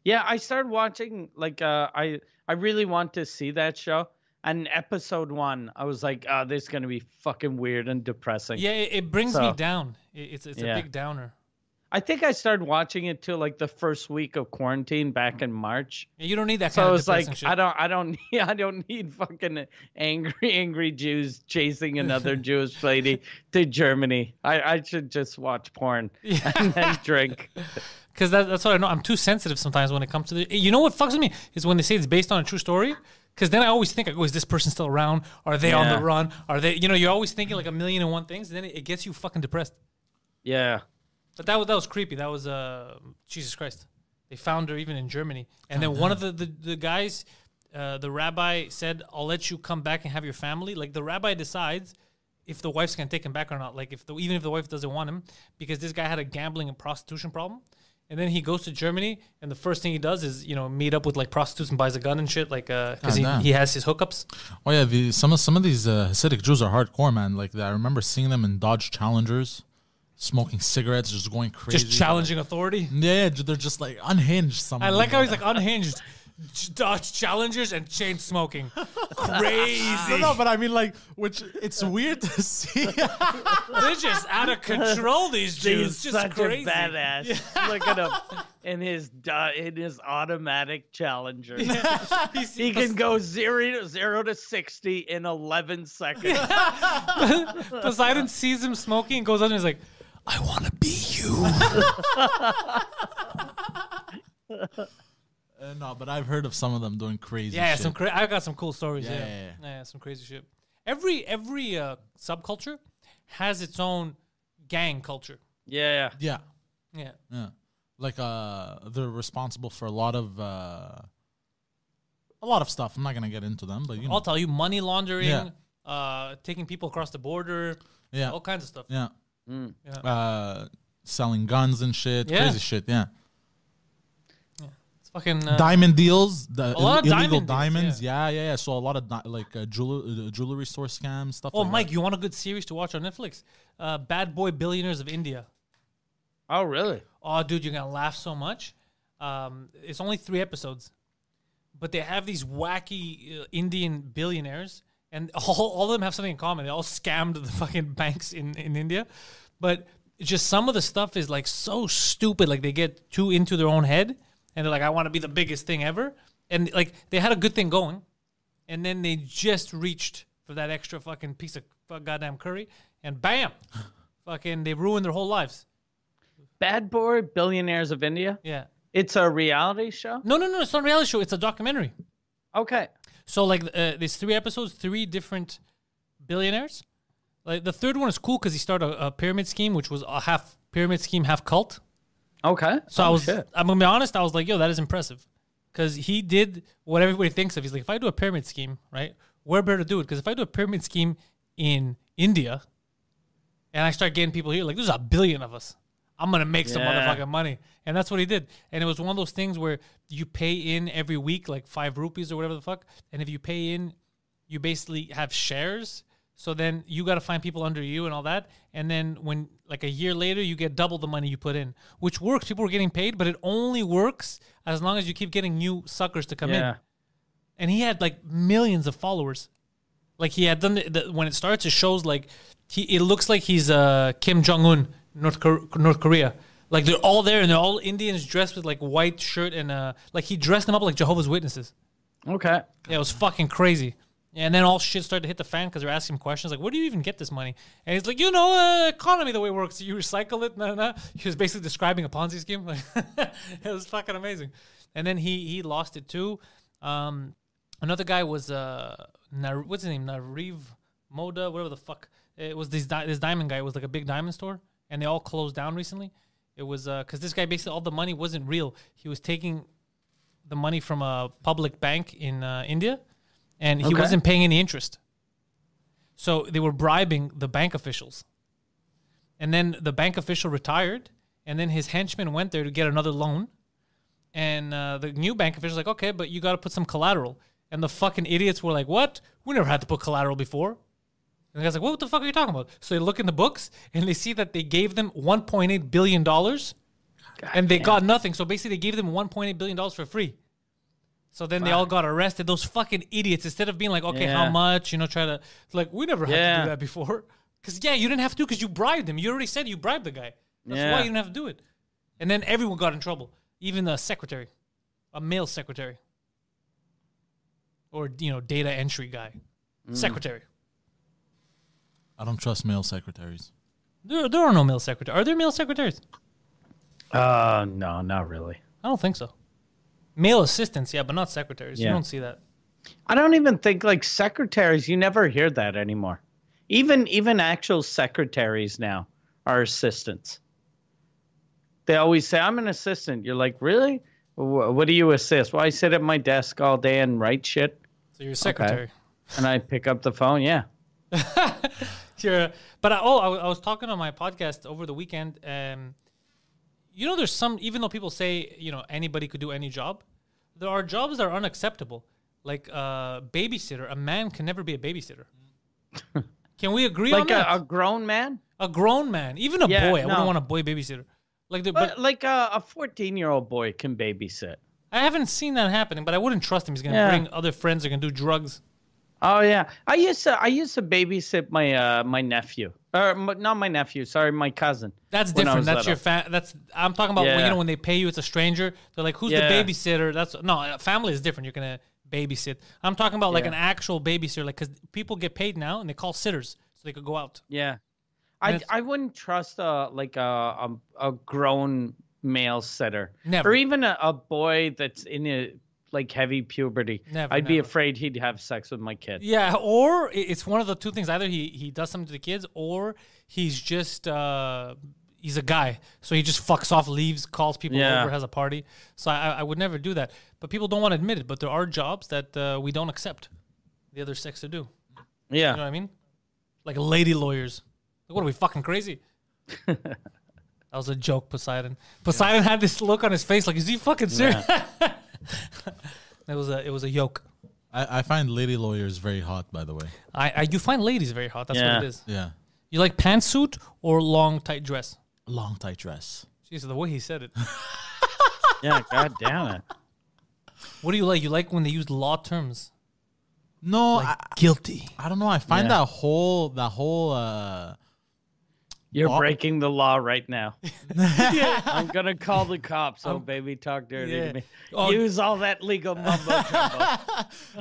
Speaker 3: Yeah, I started watching. Like, uh, I I really want to see that show, And episode one, I was like, oh, this is gonna be fucking weird and depressing.
Speaker 2: Yeah, it, it brings
Speaker 3: So-
Speaker 2: me down. It, it's it's
Speaker 3: Yeah.
Speaker 2: a big downer.
Speaker 3: I think I started watching it too, like the first week of quarantine back in March.
Speaker 2: Yeah, You don't need that
Speaker 3: So
Speaker 2: kind
Speaker 3: I
Speaker 2: of
Speaker 3: was
Speaker 2: depressing
Speaker 3: like,
Speaker 2: shit.
Speaker 3: I don't, I don't, need, I don't need fucking angry, angry Jews chasing another Jewish lady to Germany. I, I should just watch porn and then drink.
Speaker 2: Because that, that's what I know. I'm too sensitive sometimes when it comes to the. You know what fucks with me is when they say it's based on a true story. Because then I always think, like, oh, is this person still around? Are they on
Speaker 3: Yeah.
Speaker 2: the run? Are they? You know, you're always thinking like a million and one things, and then it, it gets you fucking depressed.
Speaker 3: Yeah,
Speaker 2: But that was that was creepy. That was uh Jesus Christ. They found her even in Germany, and then one of the the, the guys, uh, the rabbi said, "I'll let you come back and have your family." Like the rabbi decides if the wife's gonna take him back or not. Like if the, even if the wife doesn't want him, because this guy had a gambling and prostitution problem. And then he goes to Germany, and the first thing he does is, you know, meet up with like prostitutes and buys a gun and shit, like, because
Speaker 4: Goddamn.
Speaker 2: he, he has his hookups.
Speaker 4: Oh yeah, the, some of some of these uh, Hasidic Jews are hardcore, man. Like I remember seeing them in Dodge Challengers, smoking cigarettes, just going crazy.
Speaker 2: Just challenging authority.
Speaker 4: Yeah, ju- they're just like unhinged. Some.
Speaker 2: I
Speaker 4: of
Speaker 2: like
Speaker 4: them.
Speaker 2: how he's like unhinged, ch- dodge challengers and chain smoking.
Speaker 4: No,
Speaker 2: Crazy.
Speaker 4: no, but I mean, like, which it's weird to see.
Speaker 2: They're just out of control. These
Speaker 3: he's
Speaker 2: dudes just
Speaker 3: such
Speaker 2: crazy.
Speaker 3: a badass. Look at him in his du- in his automatic Challenger.
Speaker 2: He's-
Speaker 3: He can go zero to zero to sixty in eleven seconds.
Speaker 2: Poseidon sees him smoking and goes out and he's like, "I want to be you."
Speaker 4: Uh, no, but I've heard of some of them doing crazy.
Speaker 2: yeah,
Speaker 4: shit.
Speaker 2: some cra- I got some cool stories. Yeah,
Speaker 4: Yeah,
Speaker 2: yeah,
Speaker 4: yeah, yeah.
Speaker 2: Yeah, some crazy shit. Every every uh, subculture has its own gang culture.
Speaker 3: Yeah,
Speaker 4: yeah,
Speaker 2: Yeah,
Speaker 4: yeah. Like, uh, they're responsible for a lot of uh, a lot of stuff. I'm not gonna get into them, but you know,
Speaker 2: I'll tell you, money laundering,
Speaker 4: Yeah.
Speaker 2: uh, taking people across the border,
Speaker 4: yeah,
Speaker 2: all kinds of stuff.
Speaker 4: yeah.
Speaker 2: Yeah.
Speaker 4: Uh, selling guns and shit,
Speaker 2: Yeah.
Speaker 4: crazy shit. Yeah.
Speaker 2: It's fucking uh,
Speaker 4: diamond deals, the
Speaker 2: A lot of diamond
Speaker 4: ill- illegal
Speaker 2: deals,
Speaker 4: diamonds. Yeah. yeah, yeah, So a lot of di- like uh, jewelry, uh, jewelry store scams, stuff.
Speaker 2: Oh,
Speaker 4: like
Speaker 2: Mike, you want a good series to watch on Netflix? Uh, Bad Boy Billionaires of India.
Speaker 3: Oh, really?
Speaker 2: Oh, dude, you're gonna laugh so much. Um, it's only three episodes, but they have these wacky uh, Indian billionaires, and all, all of them have something in common. They all scammed the fucking banks in in India, but just some of the stuff is like so stupid. Like they get too into their own head, and they're like, "I want to be the biggest thing ever," and like they had a good thing going, and then they just reached for that extra fucking piece of fu- goddamn curry, and bam, fucking they ruined their whole lives.
Speaker 3: Bad Boy Billionaires of India.
Speaker 2: Yeah.
Speaker 3: It's a reality show.
Speaker 2: No, no, no. It's not a reality show. It's a documentary.
Speaker 3: Okay.
Speaker 2: So like, uh, there's three episodes, three different billionaires. Like the third one is cool because he started a, a pyramid scheme, which was a half pyramid scheme, half cult.
Speaker 3: Okay.
Speaker 2: So I
Speaker 3: Oh,
Speaker 2: was,
Speaker 3: shit.
Speaker 2: I'm gonna be honest, I was like, yo, that is impressive, because he did what everybody thinks of. He's like, if I do a pyramid scheme, right, where better to do it? Because if I do a pyramid scheme in India, and I start getting people here, like there's a billion of us, I'm gonna make some
Speaker 3: Yeah.
Speaker 2: motherfucking money, and that's what he did. And it was one of those things where you pay in every week, like five rupees or whatever the fuck, and if you pay in, you basically have shares. So then you got to find people under you and all that. And then when like a year later, you get double the money you put in, which works. People are getting paid, but it only works as long as you keep getting new suckers to come
Speaker 3: Yeah.
Speaker 2: in. And he had like millions of followers. Like he had done the, the, when it starts, it shows like he. It looks like he's uh, Kim Jong Un, North Kor- North Korea. Like they're all there and they're all Indians dressed with like white shirt and uh, like he dressed them up like Jehovah's Witnesses.
Speaker 3: Okay.
Speaker 2: Yeah, it was fucking crazy. And then all shit started to hit the fan because they're asking him questions like, "Where do you even get this money?" And he's like, "You know, uh, economy the way it works. You recycle it." Nah, nah. He was basically describing a Ponzi scheme. Like, it was fucking amazing. And then he he lost it too. Um, another guy was uh, Nar- what's his name? Nariv Moda, whatever the fuck. It was this di- this diamond guy. It was like a big diamond store, and they all closed down recently. It was because this guy basically all the money wasn't real. He was taking the money from a public bank in uh, India, and he
Speaker 3: Okay.
Speaker 2: wasn't paying any interest. So they were bribing the bank officials, and then the bank official retired, and then his henchman went there to get another loan, and uh, the new bank official's like, "Okay, but you got to put some collateral." And the fucking idiots were like, "What? We never had to put collateral before." And the guy's like, "What the fuck are you talking about?" So they look in the books and they see that they gave them 1.8 billion dollars, and they got nothing. So basically, they gave them 1.8 billion dollars for free. So then they all got arrested. Those fucking idiots. Instead of being like, okay, how
Speaker 3: Yeah.
Speaker 2: much? You know, try to it's like we never had to
Speaker 3: Yeah.
Speaker 2: do that before. Because yeah, you didn't have to because you bribed him. You already said you bribed the guy. That's why
Speaker 3: Yeah.
Speaker 2: you didn't have to do it. And then everyone got in trouble. Even the secretary, a male secretary, or you know, data entry guy,
Speaker 3: Mm.
Speaker 2: secretary.
Speaker 4: I don't trust male secretaries.
Speaker 2: There, there are no male secretaries. Are there male secretaries?
Speaker 3: Uh, no, not really.
Speaker 2: I don't think so. Male assistants, yeah, but not secretaries. You
Speaker 3: Yeah.
Speaker 2: don't see that.
Speaker 3: I don't even think like secretaries. You never hear that anymore. Even even actual secretaries now are assistants. They always say, "I'm an assistant." You're like, "Really? Wh- What do you assist?" Well, I sit at my desk all day and write shit,
Speaker 2: So you're a secretary.
Speaker 3: and I pick up the phone. Yeah,
Speaker 2: Sure. But I, oh, I, wa- I was talking on my podcast over the weekend. Um, you know, there's some, even though people say, you know, anybody could do any job, there are jobs that are unacceptable. Like uh, babysitter, a man can never be a babysitter. can we agree on
Speaker 3: like a,
Speaker 2: that?
Speaker 3: a grown man,
Speaker 2: A, grown man, even a
Speaker 3: Yeah,
Speaker 2: boy, I wouldn't
Speaker 3: no.
Speaker 2: want a boy babysitter. Like, the,
Speaker 3: but
Speaker 2: but
Speaker 3: like a a 14 year old boy can babysit.
Speaker 2: I haven't seen that happening. But I wouldn't trust him. He's gonna
Speaker 3: Yeah.
Speaker 2: bring other friends. They're gonna do drugs.
Speaker 3: Oh yeah, I used to I used to babysit my uh my nephew or m- not my nephew, sorry, my cousin.
Speaker 2: That's
Speaker 3: when I
Speaker 2: different.
Speaker 3: was
Speaker 2: That's your
Speaker 3: little.
Speaker 2: fa- That's I'm talking about. When, you
Speaker 3: Yeah.
Speaker 2: know, when they pay you, it's a stranger. They're like, "Who's
Speaker 3: Yeah.
Speaker 2: the babysitter?" That's no uh, family is different. You're gonna babysit. I'm talking about like
Speaker 3: Yeah.
Speaker 2: an actual babysitter, like because people get paid now and they call sitters so they could go out.
Speaker 3: Yeah, I
Speaker 2: That's-
Speaker 3: I wouldn't trust a like a a, a grown male sitter,
Speaker 2: Never.
Speaker 3: or even a, a boy that's in a like heavy puberty.
Speaker 2: Never,
Speaker 3: I'd be
Speaker 2: never.
Speaker 3: afraid he'd have sex with my kid.
Speaker 2: Yeah, or i- it's one of the two things. Either he he does something to the kids, or he's just uh he's a guy, so he just fucks off, leaves, calls people
Speaker 3: Yeah.
Speaker 2: over, has a party. So I I would never do that. But people don't want to admit it. But there are jobs that uh, we don't accept the other sex to do.
Speaker 3: Yeah,
Speaker 2: You know what I mean? Like lady lawyers. Like, what are we fucking crazy? that was a joke, Poseidon. Poseidon had this look on his face, like, is he fucking serious? it was a it was a yoke.
Speaker 4: I, I find lady lawyers very hot, by the way.
Speaker 2: I, I you find ladies very hot. That's
Speaker 3: Yeah.
Speaker 2: what it is.
Speaker 4: Yeah.
Speaker 2: You like pantsuit or long tight dress?
Speaker 4: Long tight dress.
Speaker 2: Jesus, the way he said it.
Speaker 3: yeah. God damn it.
Speaker 2: what do you like? You like when they use law terms?
Speaker 4: No, I,
Speaker 2: Guilty.
Speaker 4: I don't know. I find
Speaker 3: Yeah.
Speaker 4: that whole that whole uh
Speaker 3: You're
Speaker 4: Well-
Speaker 3: breaking the law right now. I'm gonna call the cops. Oh, baby, talk dirty
Speaker 2: Yeah.
Speaker 3: to me.
Speaker 2: Oh.
Speaker 3: Use all that legal mumbo jumbo.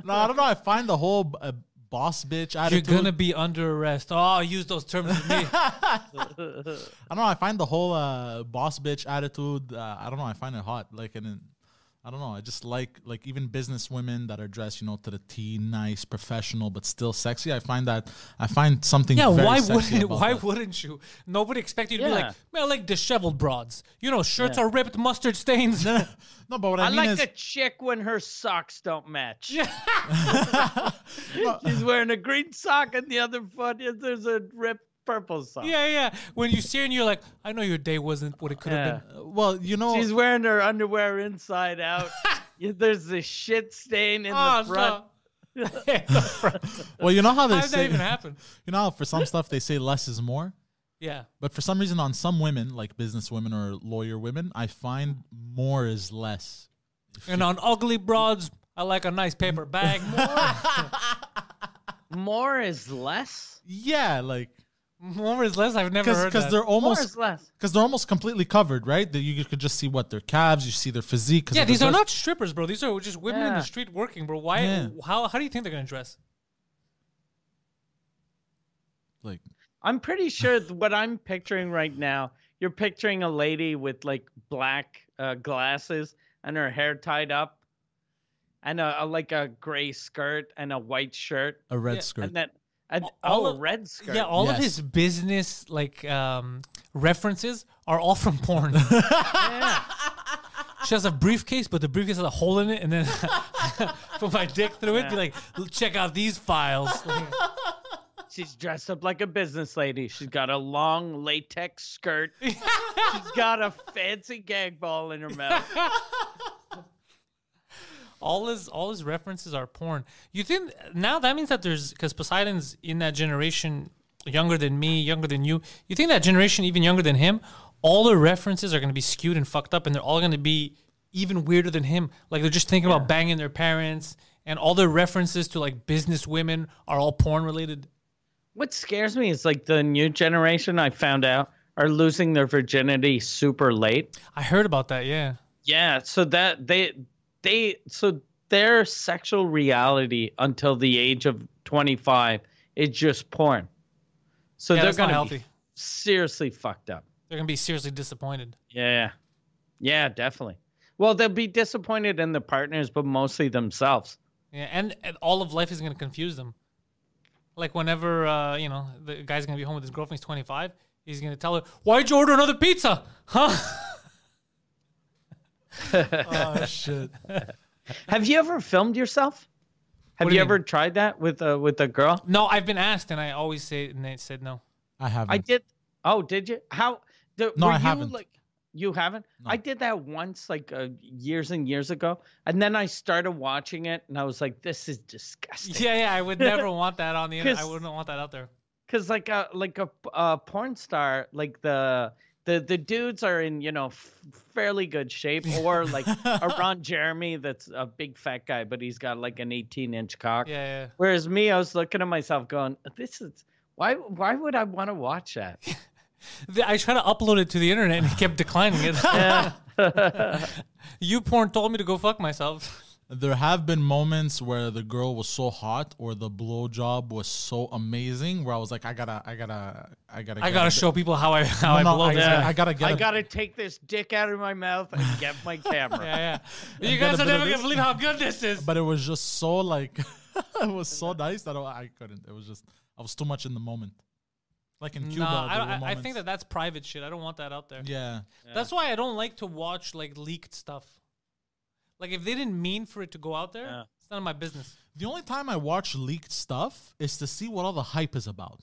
Speaker 4: no, I don't know. I find the whole uh, boss bitch
Speaker 2: You're
Speaker 4: attitude.
Speaker 2: gonna be under arrest. Oh, use those terms with me.
Speaker 4: I don't know. I find the whole uh, boss bitch attitude. Uh, I don't know. I find it hot. Like and. then- I don't know. I just like like even business women that are dressed, you know, to the T, nice, professional, but still sexy. I find that I find something.
Speaker 2: Yeah,
Speaker 4: very
Speaker 2: why
Speaker 4: sexy
Speaker 2: wouldn't
Speaker 4: about
Speaker 2: why
Speaker 4: that.
Speaker 2: wouldn't you? Nobody expect you to be
Speaker 3: Yeah.
Speaker 2: like, man, I like disheveled broads. You know, shirts are ripped, mustard stains.
Speaker 4: no? But what
Speaker 3: I
Speaker 4: I, mean
Speaker 3: like
Speaker 4: is,
Speaker 3: a chick when her socks don't match. She's wearing a green sock and the other foot is there's a ripped purple sock.
Speaker 2: yeah, yeah. When you see her and you're like, I know your day wasn't what it could have
Speaker 3: Yeah.
Speaker 2: been.
Speaker 4: uh, well, you know,
Speaker 3: She's wearing her underwear inside out. Yeah, there's a shit stain in
Speaker 2: Oh,
Speaker 3: the front.
Speaker 2: no. In the front.
Speaker 4: well, you know how they
Speaker 2: How did that
Speaker 4: say,
Speaker 2: even happen?
Speaker 4: you know, how for some stuff they say less is more.
Speaker 2: Yeah.
Speaker 4: But for some reason, on some women, like business women or lawyer women, I find more is less.
Speaker 2: And on ugly broads, I like a nice paper bag.
Speaker 3: More is less.
Speaker 4: Yeah, like
Speaker 2: More, more is less. I've never
Speaker 4: because
Speaker 2: heard that.
Speaker 4: they're
Speaker 3: More is
Speaker 4: almost
Speaker 3: less.
Speaker 4: because they're almost completely covered, right? That you could just see what their calves, you see their physique. 'cause
Speaker 2: yeah,
Speaker 4: of the
Speaker 2: these are
Speaker 4: dress-
Speaker 2: not strippers, bro. These are just women in the
Speaker 3: Yeah.
Speaker 2: street working, bro. Why?
Speaker 4: Yeah.
Speaker 2: How? How do you think they're gonna dress?
Speaker 4: like
Speaker 3: I'm pretty sure th- what I'm picturing right now, you're picturing a lady with like black uh, glasses and her hair tied up and a, a like a gray skirt and a white shirt.
Speaker 4: a red
Speaker 2: Yeah,
Speaker 4: skirt.
Speaker 3: And then and
Speaker 2: all
Speaker 3: all
Speaker 2: of-
Speaker 3: a red skirt.
Speaker 2: Oh, Yeah, oh, all of
Speaker 4: Yes.
Speaker 2: his business like um, references are all from porn. she has a briefcase, but the briefcase has a hole in it, and then put my dick through it. Be like, "L- check out these files.
Speaker 3: She's dressed up like a business lady. She's got a long latex skirt. She's got a fancy gag ball in her mouth.
Speaker 2: all his all his references are porn. You think now that means that there's because Poseidon's in that generation younger than me, younger than you. You think that generation even younger than him, all their references are going to be skewed and fucked up, and they're all going to be even weirder than him. Like they're just thinking about banging their parents, and all their references to like business women are all porn related.
Speaker 3: What scares me is like the new generation. I found out are losing their virginity super late.
Speaker 2: I heard about that. Yeah,
Speaker 3: Yeah, so that they they so their sexual reality until the age of 25 is just porn. So
Speaker 2: Yeah,
Speaker 3: they're
Speaker 2: that's not
Speaker 3: going to
Speaker 2: healthy.
Speaker 3: be seriously fucked up.
Speaker 2: they're gonna be seriously disappointed.
Speaker 3: Yeah. Yeah, definitely. Well, they'll be disappointed in the partners, but mostly themselves.
Speaker 2: Yeah, and, and all of life is gonna confuse them. Like whenever uh, you know the guy's gonna be home with his girlfriend, he's twenty five. He's gonna tell her, "Why'd you order another pizza?" Huh?
Speaker 4: Oh shit.
Speaker 3: Have you ever filmed yourself? Have
Speaker 2: What do
Speaker 3: you,
Speaker 2: you
Speaker 3: ever tried that with a with a girl?
Speaker 2: No, I've been asked, and I always say, and they said no.
Speaker 4: I haven't.
Speaker 3: I did. Oh, did you? How? The,
Speaker 4: Mm. No,
Speaker 3: were
Speaker 4: I
Speaker 3: you,
Speaker 4: haven't.
Speaker 3: Like, you haven't? I did that once, like uh, years and years ago, and then I started watching it, and I was like, "This is disgusting."
Speaker 2: Yeah, yeah, I would never want that on the internet. I
Speaker 3: Because-
Speaker 2: wouldn't want that out there.
Speaker 3: Because like a like a, a porn star, like the the the dudes are in you know f- fairly good shape, or like a Ron Jeremy that's a big fat guy, but he's got like an eighteen inch cock.
Speaker 2: Yeah, yeah.
Speaker 3: Whereas me, I was looking at myself, going, "This is why? Why would I want to watch that?"
Speaker 2: The- I tried to upload it to the internet and it kept declining it. you porn told me to go fuck myself.
Speaker 4: There have been moments where the girl was so hot or the blowjob was so amazing where I was like, I gotta, I gotta, I gotta,
Speaker 2: I
Speaker 4: get
Speaker 2: gotta
Speaker 4: it.
Speaker 2: show people how I how
Speaker 4: No,
Speaker 2: I
Speaker 4: no,
Speaker 2: blow
Speaker 4: I,
Speaker 2: this
Speaker 4: I
Speaker 2: guy.
Speaker 4: gotta get.
Speaker 3: I
Speaker 4: it.
Speaker 3: gotta take this dick out of my mouth and get my camera.
Speaker 2: Yeah, yeah. You
Speaker 4: got
Speaker 2: guys
Speaker 4: a
Speaker 2: are
Speaker 4: bit of
Speaker 2: never
Speaker 4: this.
Speaker 2: gonna believe how good this is.
Speaker 4: But it was just so like, it was so nice that I, I couldn't. It was just, I was too much in the moment. Like in Cuba,
Speaker 2: No,
Speaker 4: there were
Speaker 2: I, I- I
Speaker 4: moments.
Speaker 2: think that that's private shit. I don't want that out there.
Speaker 4: Yeah.
Speaker 2: That's why I don't like to watch like leaked stuff. Like if they didn't mean for it to go out there,
Speaker 3: Yeah.
Speaker 2: it's none of my business.
Speaker 4: The only time I watch leaked stuff is to see what all the hype is about.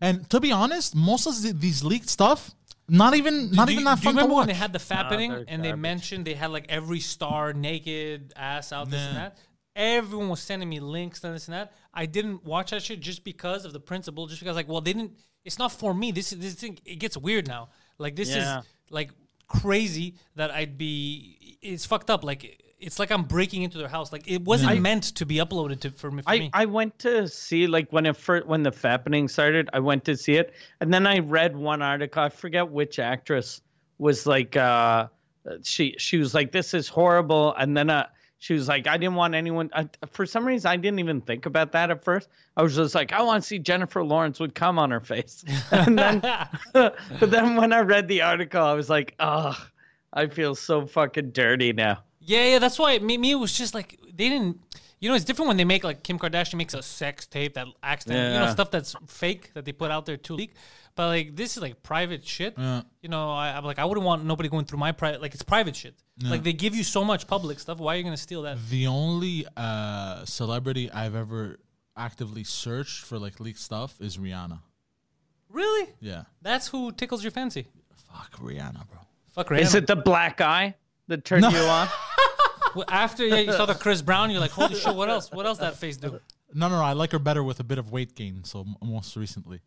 Speaker 4: And to be honest, most of the- these leaked stuff, not even not
Speaker 2: do
Speaker 4: even
Speaker 2: you,
Speaker 4: that
Speaker 2: do you
Speaker 4: fun to
Speaker 2: remember when
Speaker 4: watch.
Speaker 2: they had the fappening
Speaker 3: they're
Speaker 2: and they
Speaker 3: garbage.
Speaker 2: mentioned they had like every star naked ass out this and
Speaker 4: Nah.
Speaker 2: that? Everyone was sending me links and this and that. I didn't watch that shit just because of the principle. Just because like, well, they didn't. It's not for me. This is this thing. It gets weird now. Like this
Speaker 3: Yeah.
Speaker 2: is like crazy that I'd be. It's fucked up. Like it's like I'm breaking into their house. Like it wasn't meant to be uploaded to for me. For
Speaker 3: I,
Speaker 2: me.
Speaker 3: I went to see like when it first when the fappening started, I went to see it, and then I read one article. I forget which actress was like uh, she she was like this is horrible, and then uh, she was like I didn't want anyone. I, for some reason, I didn't even think about that at first. I was just like I want to see Jennifer Lawrence would come on her face, and then but then when I read the article, I was like oh, I feel so fucking dirty now.
Speaker 2: Yeah, yeah, that's why me, me it was just like they didn't. You know, it's different when they make like Kim Kardashian makes a sex tape that accident, you know,
Speaker 3: Yeah.
Speaker 2: stuff that's fake that they put out there to leak. But like this is like private shit. You know, I, I'm like I wouldn't want nobody going through my private. Like it's private shit. Like they give you so much public stuff. Why are you gonna steal that?
Speaker 4: the only uh, celebrity I've ever actively searched for like leaked stuff is Rihanna.
Speaker 2: Really?
Speaker 4: Yeah.
Speaker 2: That's who tickles your fancy.
Speaker 4: Fuck Rihanna, bro.
Speaker 2: Fuck Rihanna.
Speaker 3: Is it the black eye that turned you on?
Speaker 2: Well, After yeah, you saw the Chris Brown, you're like, holy shit, what else? What else that face do?
Speaker 4: No, no, no. I like her better with a bit of weight gain. So m- most recently,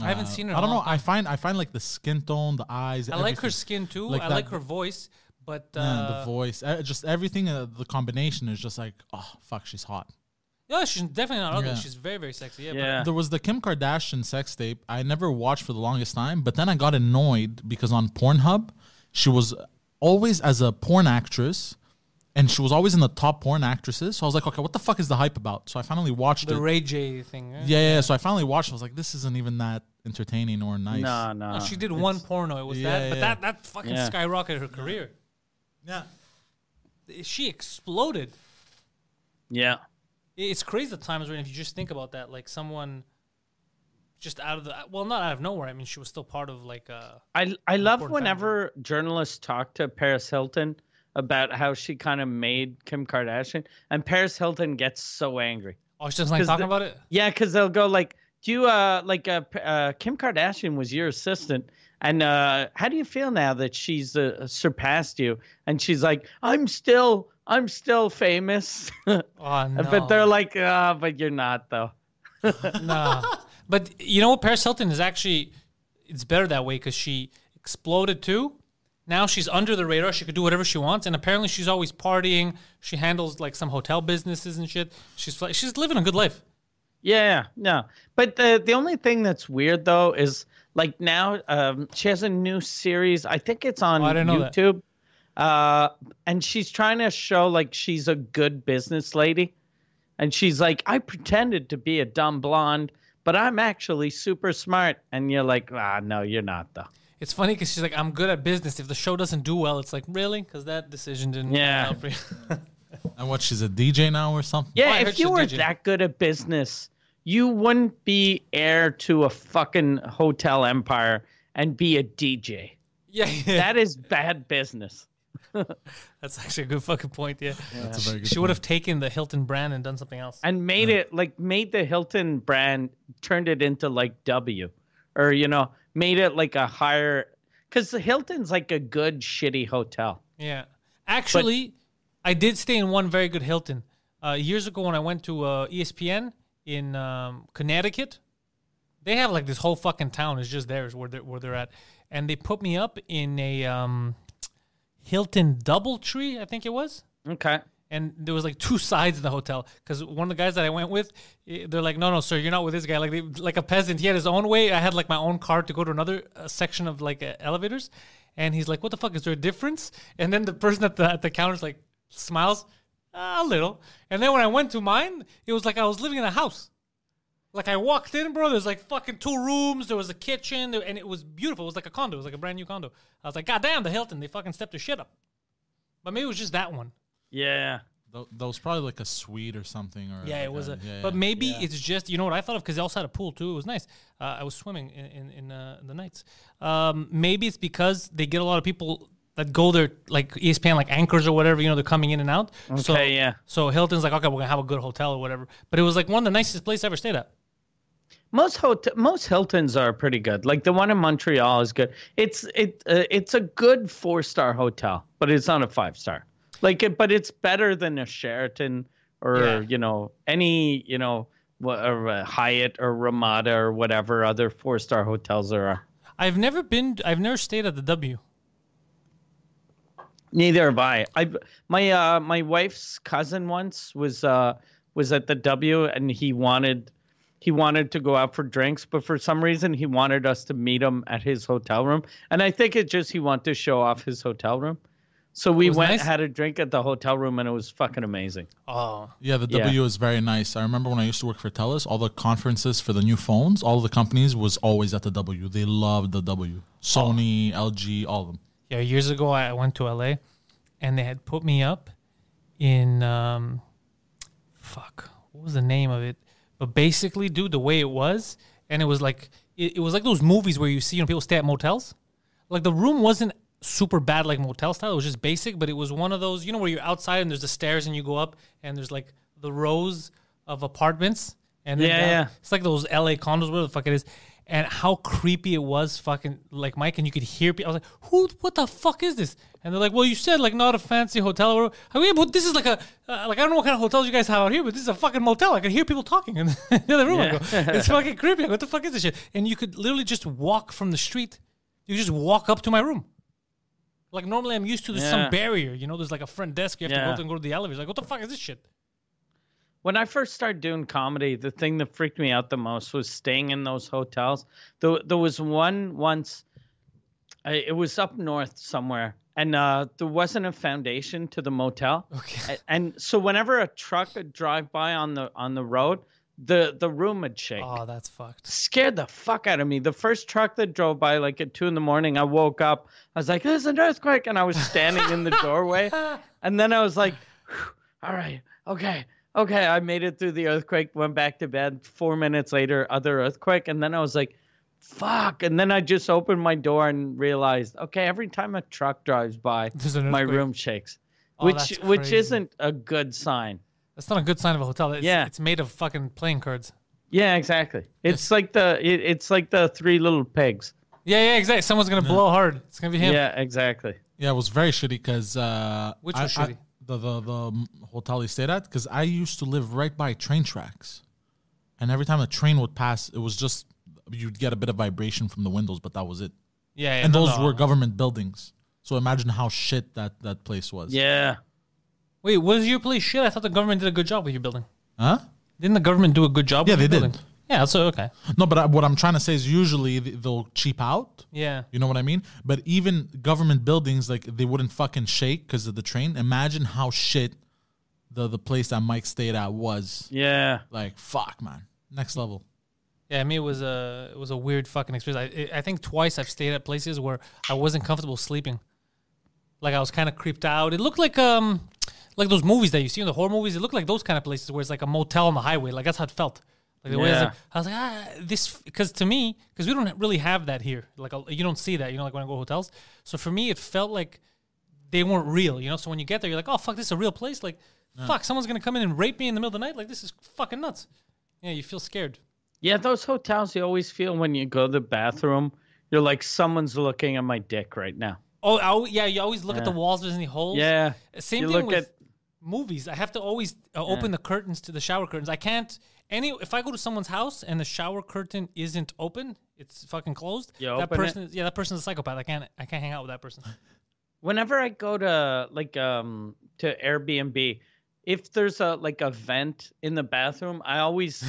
Speaker 2: I haven't seen her. in
Speaker 4: Uh, I
Speaker 2: a
Speaker 4: don't
Speaker 2: long
Speaker 4: know. I find I find like the skin tone, the eyes.
Speaker 2: I like her
Speaker 4: everything.
Speaker 2: skin too.
Speaker 4: Like
Speaker 2: I
Speaker 4: that-
Speaker 2: like her voice, but uh,
Speaker 4: Yeah, the voice, uh, just everything. Uh, the combination is just like, oh fuck, she's hot.
Speaker 2: no, she's definitely not ugly.
Speaker 4: Yeah.
Speaker 2: She's very, very sexy. Yeah, but
Speaker 3: Yeah.
Speaker 4: There was the Kim Kardashian sex tape. I never watched for the longest time, but then I got annoyed because on Pornhub, she was always as a porn actress, and she was always in the top porn actresses. So I was like, okay, what the fuck is the hype about? So I finally watched
Speaker 2: the
Speaker 4: it.
Speaker 2: Ray J thing. eh?
Speaker 4: yeah, yeah, yeah. So I finally watched. it. I was like, this isn't even that entertaining or nice.
Speaker 3: No, no.
Speaker 2: No, Oh, she did one porno. It was that,
Speaker 4: Yeah,
Speaker 2: but
Speaker 4: yeah.
Speaker 2: that that fucking
Speaker 3: Uh, Yeah.
Speaker 2: skyrocketed her career.
Speaker 4: Yeah.
Speaker 2: She exploded.
Speaker 3: Yeah.
Speaker 2: It's crazy the times when if you just think about that, like someone just out of the well, not out of nowhere. I mean, she was still part of like uh
Speaker 3: I I love
Speaker 2: Ford family.
Speaker 3: whenever journalists talk to Paris Hilton about how she kind of made Kim Kardashian, and Paris Hilton gets so angry.
Speaker 2: oh, she doesn't like
Speaker 3: 'Cause
Speaker 2: talking
Speaker 3: the-
Speaker 2: about it.
Speaker 3: Yeah, because they'll go like, "Do you uh like uh, P- uh Kim Kardashian was your assistant, and uh how do you feel now that she's uh, surpassed you?" And she's like, "I'm still." I'm still famous,
Speaker 2: Oh no,
Speaker 3: but they're like, ah, but you're not though.
Speaker 2: Nah. But you know what? Paris Hilton is actually it's better that way because she exploded too, Now she's under the radar. She could do whatever she wants, and apparently she's always partying. She handles like some hotel businesses and shit. She's fl- she's living a good life.
Speaker 3: Yeah, no. But the the only thing that's weird though is like now um, she has a new series. I think it's on
Speaker 2: Oh, I didn't know that.
Speaker 3: YouTube. Uh, and she's trying to show like she's a good business lady. And she's like, I pretended to be a dumb blonde, but I'm actually super smart. And you're like, ah, no, you're not though.
Speaker 2: It's funny because she's like, I'm good at business. If the show doesn't do well, it's like really because that decision didn't. work
Speaker 3: Yeah.
Speaker 2: out for you.
Speaker 4: And what? She's a DJ now or something?
Speaker 3: Yeah,
Speaker 2: I heard
Speaker 3: if you
Speaker 2: she's
Speaker 3: were
Speaker 2: DJ.
Speaker 3: that good at business, you wouldn't be heir to a fucking hotel empire and be a DJ.
Speaker 2: yeah, yeah.
Speaker 3: That is bad business.
Speaker 2: That's actually a good fucking point. Yeah,
Speaker 4: That's a very good.
Speaker 2: she would have taken the Hilton brand and done something else.
Speaker 3: and made it like made the Hilton brand turned it into like W, or you know made it like a higher because the Hilton's like a good shitty hotel.
Speaker 2: Yeah. Actually, I did stay in one very good Hilton. Uh, years ago, when I went to uh, ESPN in um, Connecticut, they have like this whole fucking town is just theirs where they're, where they're at. And they put me up in a um, Hilton Doubletree, I think it was
Speaker 3: Okay.
Speaker 2: and there was like two sides of the hotel because one of the guys that I went with, eh, they're like, no, no, sir, you're not with this guy. Like, they, like a peasant, he had his own way. I had like my own car to go to another uh, section of like uh, elevators, and he's like, what the fuck is there a difference? And then the person at the at the counter's like smiles "Ah, a little, and then when I went to mine, it was like I was living in a house. Like I walked in, bro. There's like fucking two rooms. There was a kitchen, there, and it was beautiful. It was like a condo. It was like a brand new condo. I was like, God damn, the Hilton. They fucking stepped their shit up. But maybe it was just that one.
Speaker 3: Yeah.
Speaker 4: Th- that was probably like a suite or something. Or
Speaker 2: Yeah,
Speaker 4: like
Speaker 2: it was a.
Speaker 4: yeah,
Speaker 2: But
Speaker 4: yeah.
Speaker 2: maybe it's just you know what I thought of because they also had a pool too. It was nice. Uh, I was swimming in in, in uh, the nights. Um, maybe it's because they get a lot of people that go there, like E ESPN, like anchors or whatever. You know, they're coming in and out. Okay, so,
Speaker 3: Okay, yeah.
Speaker 2: So Hilton's like, okay, we're gonna have a good hotel or whatever. But it was like one of the nicest places I ever stayed at.
Speaker 3: Most hot most Hiltons are pretty good. Like the one in Montreal is good. It's it uh, it's a good four star hotel, but it's not a five star. Like it, but it's better than a Sheraton or
Speaker 2: Yeah.
Speaker 3: you know any you know wha- or uh, Hyatt or Ramada or whatever other four star hotels there are.
Speaker 2: I've never been. I've never stayed at the W.
Speaker 3: Neither have I. I my uh my wife's cousin once was uh was at the W and he wanted he wanted to go out for drinks, but for some reason he wanted us to meet him at his hotel room. And I think it just he wanted to show off his hotel room. So we
Speaker 2: was
Speaker 3: went
Speaker 2: nice.
Speaker 3: had a drink at the hotel room and it was fucking amazing.
Speaker 2: Oh,
Speaker 4: Yeah, the
Speaker 3: Yeah.
Speaker 4: W is very nice. I remember when I used to work for Telus, all the conferences for the new phones, all the companies was always at the W. They loved the W. Sony, LG, all of them.
Speaker 2: yeah, years ago I I went to LA, and they had put me up in um, fuck, what was the name of it? But basically, dude, the way it was, and it was like it, it was like those movies where you see you know people stay at motels. Like the room wasn't super bad like motel style; it was just basic, but it was one of those you know where you're outside and there's the stairs and you go up and there's like the rows of apartments and then
Speaker 3: Yeah,
Speaker 2: down.
Speaker 3: yeah.
Speaker 2: It's like those LA condos, whatever the fuck it is. And how creepy it was, fucking like Mike, and you could hear people. I was like, "Who? What the fuck is this?" And they're like, "Well, you said like not a fancy hotel." Or, I mean, but this is like a uh, like I don't know what kind of hotels you guys have out here, but this is a fucking motel. I can hear people talking in the other room. I go, it's fucking creepy. I go, what the fuck is this shit? And you could literally just walk from the street. You just walk up to my room. Like normally, I'm used to there's
Speaker 3: Yeah.
Speaker 2: some barrier. You know, there's like a front desk. You have to
Speaker 3: Yeah.
Speaker 2: go up and go to the elevator. Like, what the fuck is this shit?
Speaker 3: When I first started doing comedy, the thing that freaked me out the most was staying in those hotels. There, there was one once, I, it was up north somewhere, and uh, there wasn't a foundation to the motel.
Speaker 2: Okay.
Speaker 3: A- And so whenever a truck would drive by on the on the road, the the room would shake.
Speaker 2: Oh, that's fucked.
Speaker 3: Scared the fuck out of me. The first truck that drove by, like at two in the morning, I woke up. I was like, "There's an earthquake," and I was standing in the doorway. And then I was like, "Whew, all right, okay, okay. I made it through the earthquake, went back to bed. Four minutes later, other earthquake. And then I was like, fuck. And then I just opened my door and realized, okay, every time a truck drives by,
Speaker 2: There's an
Speaker 3: my
Speaker 2: earthquake.
Speaker 3: room shakes,
Speaker 2: Oh,
Speaker 3: which
Speaker 2: that's
Speaker 3: which
Speaker 2: crazy.
Speaker 3: isn't a good sign.
Speaker 2: That's not a good sign of a hotel. It's,
Speaker 3: Yeah.
Speaker 2: it's made of fucking playing cards.
Speaker 3: Yeah, exactly. It's like the it, it's like the three little pigs.
Speaker 2: Yeah, yeah, exactly. Someone's gonna blow hard. It's gonna be him.
Speaker 3: Yeah, exactly.
Speaker 4: Yeah, it was very shitty because uh,
Speaker 2: Which
Speaker 4: I-
Speaker 2: was
Speaker 4: I-
Speaker 2: shitty?
Speaker 4: the the the um, hotel he stayed at because I used to live right by train tracks, and every time a train would pass, it was just you'd get a bit of vibration from the windows, but that was it.
Speaker 2: yeah. yeah
Speaker 4: And
Speaker 2: no,
Speaker 4: those
Speaker 2: no.
Speaker 4: were government buildings, So imagine how shit that that place was.
Speaker 3: Yeah.
Speaker 2: Wait, was your police shit? I thought the government did a good job with your building.
Speaker 4: Huh?
Speaker 2: Didn't the government do a good job?
Speaker 4: Yeah,
Speaker 2: with
Speaker 4: they
Speaker 2: your
Speaker 4: did.
Speaker 2: building? Yeah, so okay.
Speaker 4: No, but I, what I'm trying to say is usually th- they'll cheap out.
Speaker 2: Yeah,
Speaker 4: You know what I mean? But even government buildings, like they wouldn't fucking shake because of the train. Imagine how shit the the place that Mike stayed at was.
Speaker 3: Yeah.
Speaker 4: Like fuck, man. Next level.
Speaker 2: yeah. I mean, it was a it was a weird fucking experience. I I- I think twice I've stayed at places where I wasn't comfortable sleeping. Like I was kind of creeped out. It looked like um like those movies that you see in the horror movies. It looked like those kind of places where it's like a motel on the highway. Like that's how it felt. Like the way I was
Speaker 3: Yeah.
Speaker 2: like, I was like ah this because to me because we don't really have that here. Like a, you don't see that. You know, like when I go to hotels. So for me, it felt like they weren't real, you know. So when you get there, you're like, "Oh fuck, this is a real place." Like, fuck, someone's gonna come in and rape me in the middle of the night. Like, this is fucking nuts. Yeah, you feel scared.
Speaker 3: Yeah, those hotels you always feel when you go to the bathroom, you're like someone's looking at my dick right now.
Speaker 2: Oh, I, al- yeah, you always look at the walls. There's any holes?
Speaker 3: Yeah.
Speaker 2: Same
Speaker 3: You
Speaker 2: thing
Speaker 3: look
Speaker 2: with
Speaker 3: at-
Speaker 2: movies. I have to always uh, open the curtains to the shower curtains. I can't any if I go to someone's house and the shower curtain isn't open, it's fucking closed.
Speaker 3: You
Speaker 2: that
Speaker 3: open it?
Speaker 2: person, is- yeah, that person's a psychopath. I can't, I can't hang out with that person.
Speaker 3: Whenever I go to like um to Airbnb, if there's a like a vent in the bathroom, I always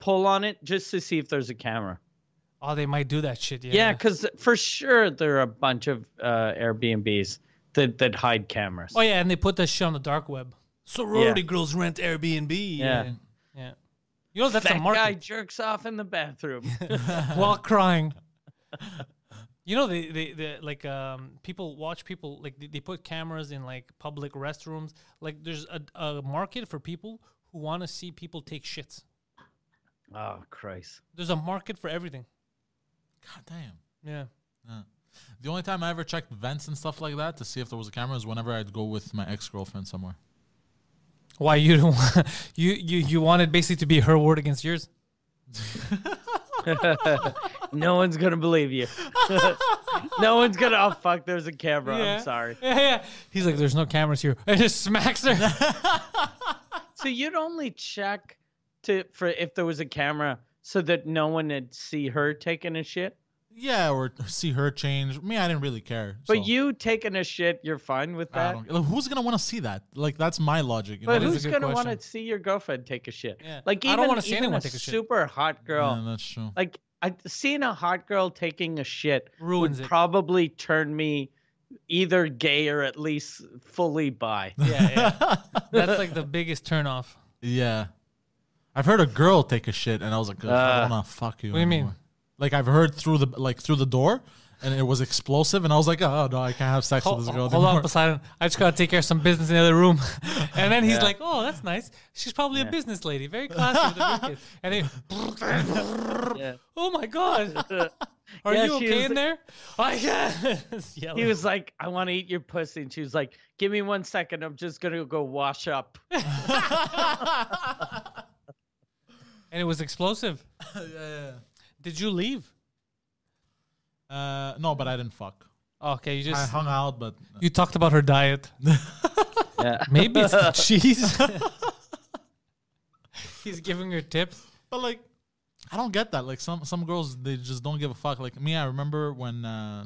Speaker 3: pull on it just to see if there's a camera.
Speaker 2: Oh, they might do that shit. Yeah.
Speaker 3: Yeah, because for sure there are a bunch of uh, Airbnbs that that hide cameras.
Speaker 2: Oh yeah, and they put that shit on the dark web. Sorority girls rent Airbnb.
Speaker 3: Yeah.
Speaker 2: Yeah. You know that's
Speaker 3: that
Speaker 2: a market.
Speaker 3: guy jerks off in the bathroom.
Speaker 2: while crying. You know, they, they, they like um, people watch people like they, they put cameras in like public restrooms. Like there's a, a market for people who want to see people take shits.
Speaker 3: oh Christ!
Speaker 2: There's a market for everything.
Speaker 4: God damn.
Speaker 2: Yeah.
Speaker 4: The only time I ever checked vents and stuff like that to see if there was a camera is whenever I'd go with my ex girlfriend somewhere.
Speaker 2: Why you don't you you you wanted basically to be her word against yours?
Speaker 3: No one's gonna believe you. no one's gonna. Oh fuck! There's a camera.
Speaker 2: Yeah.
Speaker 3: I'm sorry.
Speaker 2: Yeah, yeah. He's like, there's no cameras here. And just smacks her.
Speaker 3: So you'd only check to for if there was a camera so that no one would see her taking a shit.
Speaker 4: Yeah, or see her change. Me, I didn't really care.
Speaker 3: But
Speaker 4: so
Speaker 3: you taking a shit, you're fine with
Speaker 4: I
Speaker 3: that.
Speaker 4: don't, like, who's gonna want to see that? Like that's my logic. you
Speaker 3: But
Speaker 4: know?
Speaker 2: is a
Speaker 3: who's
Speaker 2: good
Speaker 3: gonna want to
Speaker 2: question.
Speaker 3: see your girlfriend take a shit?
Speaker 2: Yeah.
Speaker 3: Like
Speaker 2: I
Speaker 3: even,
Speaker 2: don't wanna see
Speaker 3: even
Speaker 2: anyone
Speaker 3: a
Speaker 2: take a shit.
Speaker 3: super hot girl.
Speaker 4: Yeah, that's true.
Speaker 3: Like I seeing a hot girl taking a shit
Speaker 2: Ruins
Speaker 3: would
Speaker 2: it.
Speaker 3: probably turn me either gay or at least fully bi.
Speaker 2: yeah, yeah. That's like the biggest turnoff.
Speaker 4: Yeah. I've heard a girl take a shit and I was like, "Ugh, I don't wanna fuck you.
Speaker 2: Uh, what do you mean?
Speaker 4: anymore." Like I've heard through the like through the door and it was explosive and I was like, Oh no, I can't have sex
Speaker 2: Hold,
Speaker 4: with this girl.
Speaker 2: hold on,
Speaker 4: anymore."
Speaker 2: Poseidon. I just gotta take care of some business in the other room. and then he's like, "Oh, that's nice. She's probably a business lady, very classy." with a briefcase." and then,
Speaker 3: Yeah.
Speaker 2: oh my god, are
Speaker 3: Yeah,
Speaker 2: you
Speaker 3: she
Speaker 2: okay
Speaker 3: was-
Speaker 2: in there? I yes.
Speaker 3: He was like, I want to eat your pussy. And she was like, Give me one second. I'm just going to go wash up.
Speaker 2: and it was explosive.
Speaker 4: yeah,
Speaker 2: Did you leave?
Speaker 4: yeah. Uh, no, but I didn't fuck.
Speaker 2: Oh, Okay, you
Speaker 4: I
Speaker 2: just
Speaker 4: hung out, but
Speaker 2: you talked about her diet.
Speaker 3: Yeah.
Speaker 2: Maybe it's the cheese. he's giving her tips.
Speaker 4: but like I don't get that. Like some some girls they just don't give a fuck. Like me, I remember when uh,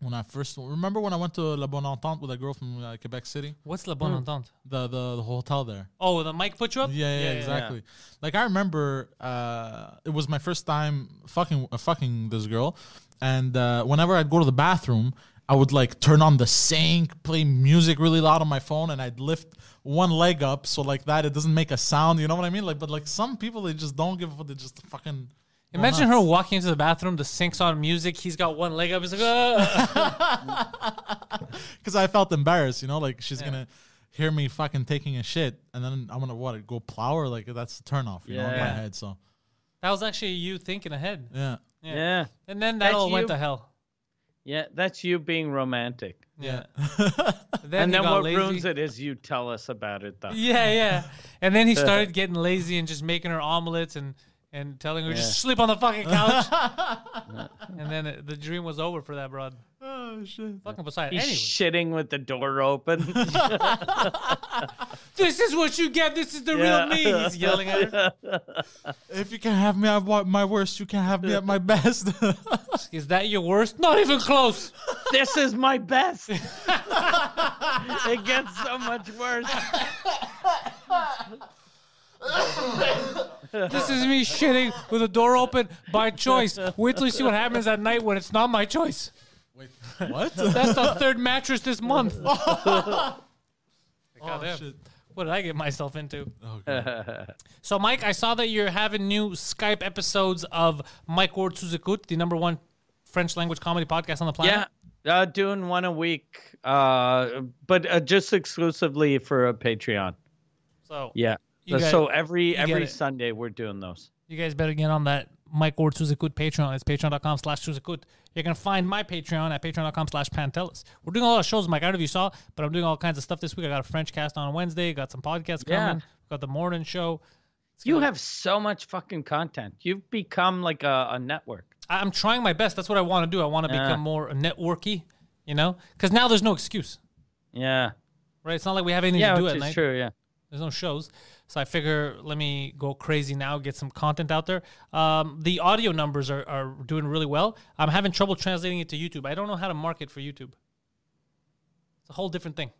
Speaker 4: when I first remember when I went to La Bonne Entente with a girl from uh, Quebec City,
Speaker 2: What's la bonne
Speaker 3: Hmm.
Speaker 2: entente?
Speaker 4: the the, the hotel there.
Speaker 2: Oh, the mic put you up.
Speaker 4: Yeah, yeah, exactly. Like I remember, uh, it was my first time fucking uh, fucking this girl, and uh, whenever I'd go to the bathroom, I would like turn on the sink, play music really loud on my phone, and I'd lift one leg up so like that it doesn't make a sound. You know what I mean? Like, but like some people they just don't give a fuck. They just fucking. go
Speaker 2: Imagine her
Speaker 4: nuts.
Speaker 2: walking into the bathroom, the sink's on music, he's got one leg up, he's like, "Ah."
Speaker 4: because I felt embarrassed, you know, like she's gonna hear me fucking taking a shit, and then I'm gonna what go plow her, like that's the turn off, you know, in my
Speaker 3: Yeah.
Speaker 4: head. So
Speaker 2: that was actually you thinking ahead.
Speaker 4: yeah,
Speaker 2: Yeah.
Speaker 3: Yeah.
Speaker 2: And then that
Speaker 3: That's
Speaker 2: all went
Speaker 3: you.
Speaker 2: to hell.
Speaker 3: Yeah. That's you being romantic.
Speaker 2: Yeah. then he
Speaker 3: And then
Speaker 2: got
Speaker 3: what
Speaker 2: lazy.
Speaker 3: ruins it is you tell us about it, though.
Speaker 2: Yeah, yeah. And then he started getting lazy and just making her omelets and and telling her just sleep on the fucking couch. and then it, the dream was over for that broad.
Speaker 4: Oh shit.
Speaker 2: Fucking Poseidon.
Speaker 3: He's
Speaker 2: Anyway,
Speaker 3: shitting with the door open.
Speaker 2: this is what you get. This is the
Speaker 3: Yeah.
Speaker 2: real me. He's yelling at her.
Speaker 4: If you can have me at wa- my worst, you can have me at my best.
Speaker 2: Is that your worst? Not even close.
Speaker 3: this is my best. it gets so much worse.
Speaker 2: This is me shitting with the door open by choice. Wait till you see what happens at night when it's not my choice.
Speaker 4: Wait, what?
Speaker 2: That's the third mattress this month.
Speaker 4: oh,
Speaker 2: Goddamn.
Speaker 4: shit.
Speaker 2: What did I get myself into?
Speaker 4: Oh, God.
Speaker 2: So, Mike, I saw that you're having new Skype episodes of Mike Ward Suzukut, the number one French language comedy podcast on the planet.
Speaker 3: Yeah, uh, doing one a week, uh, but uh, just exclusively for a Patreon.
Speaker 2: So,
Speaker 3: Yeah.
Speaker 2: You got-
Speaker 3: so every
Speaker 2: get
Speaker 3: every
Speaker 2: it.
Speaker 3: Sunday we're doing those.
Speaker 2: You guys better get on that Mike Ward Suzukut Patreon. It's patreon.com slash Suzukut. You're going to find my Patreon at patreon.com slash Pantelis. We're doing a lot of shows, Mike. I don't know if you saw, but I'm doing all kinds of stuff this week. I got a French cast on Wednesday, got some podcasts
Speaker 3: Yeah.
Speaker 2: coming, got the morning show.
Speaker 3: You have so much fucking content. You've become like a, a network.
Speaker 2: I- I'm trying my best. That's what I want to do. I want to become more networky, you know? Because now there's no excuse,
Speaker 3: Yeah.
Speaker 2: right? It's not like we have anything
Speaker 3: Yeah,
Speaker 2: to do
Speaker 3: which
Speaker 2: at
Speaker 3: is
Speaker 2: night.
Speaker 3: true. Yeah.
Speaker 2: There's no shows. So I figure let me go crazy now, get some content out there. Um, the audio numbers are, are doing really well. I'm having trouble translating it to YouTube. I don't know how to market for YouTube. It's a whole different thing.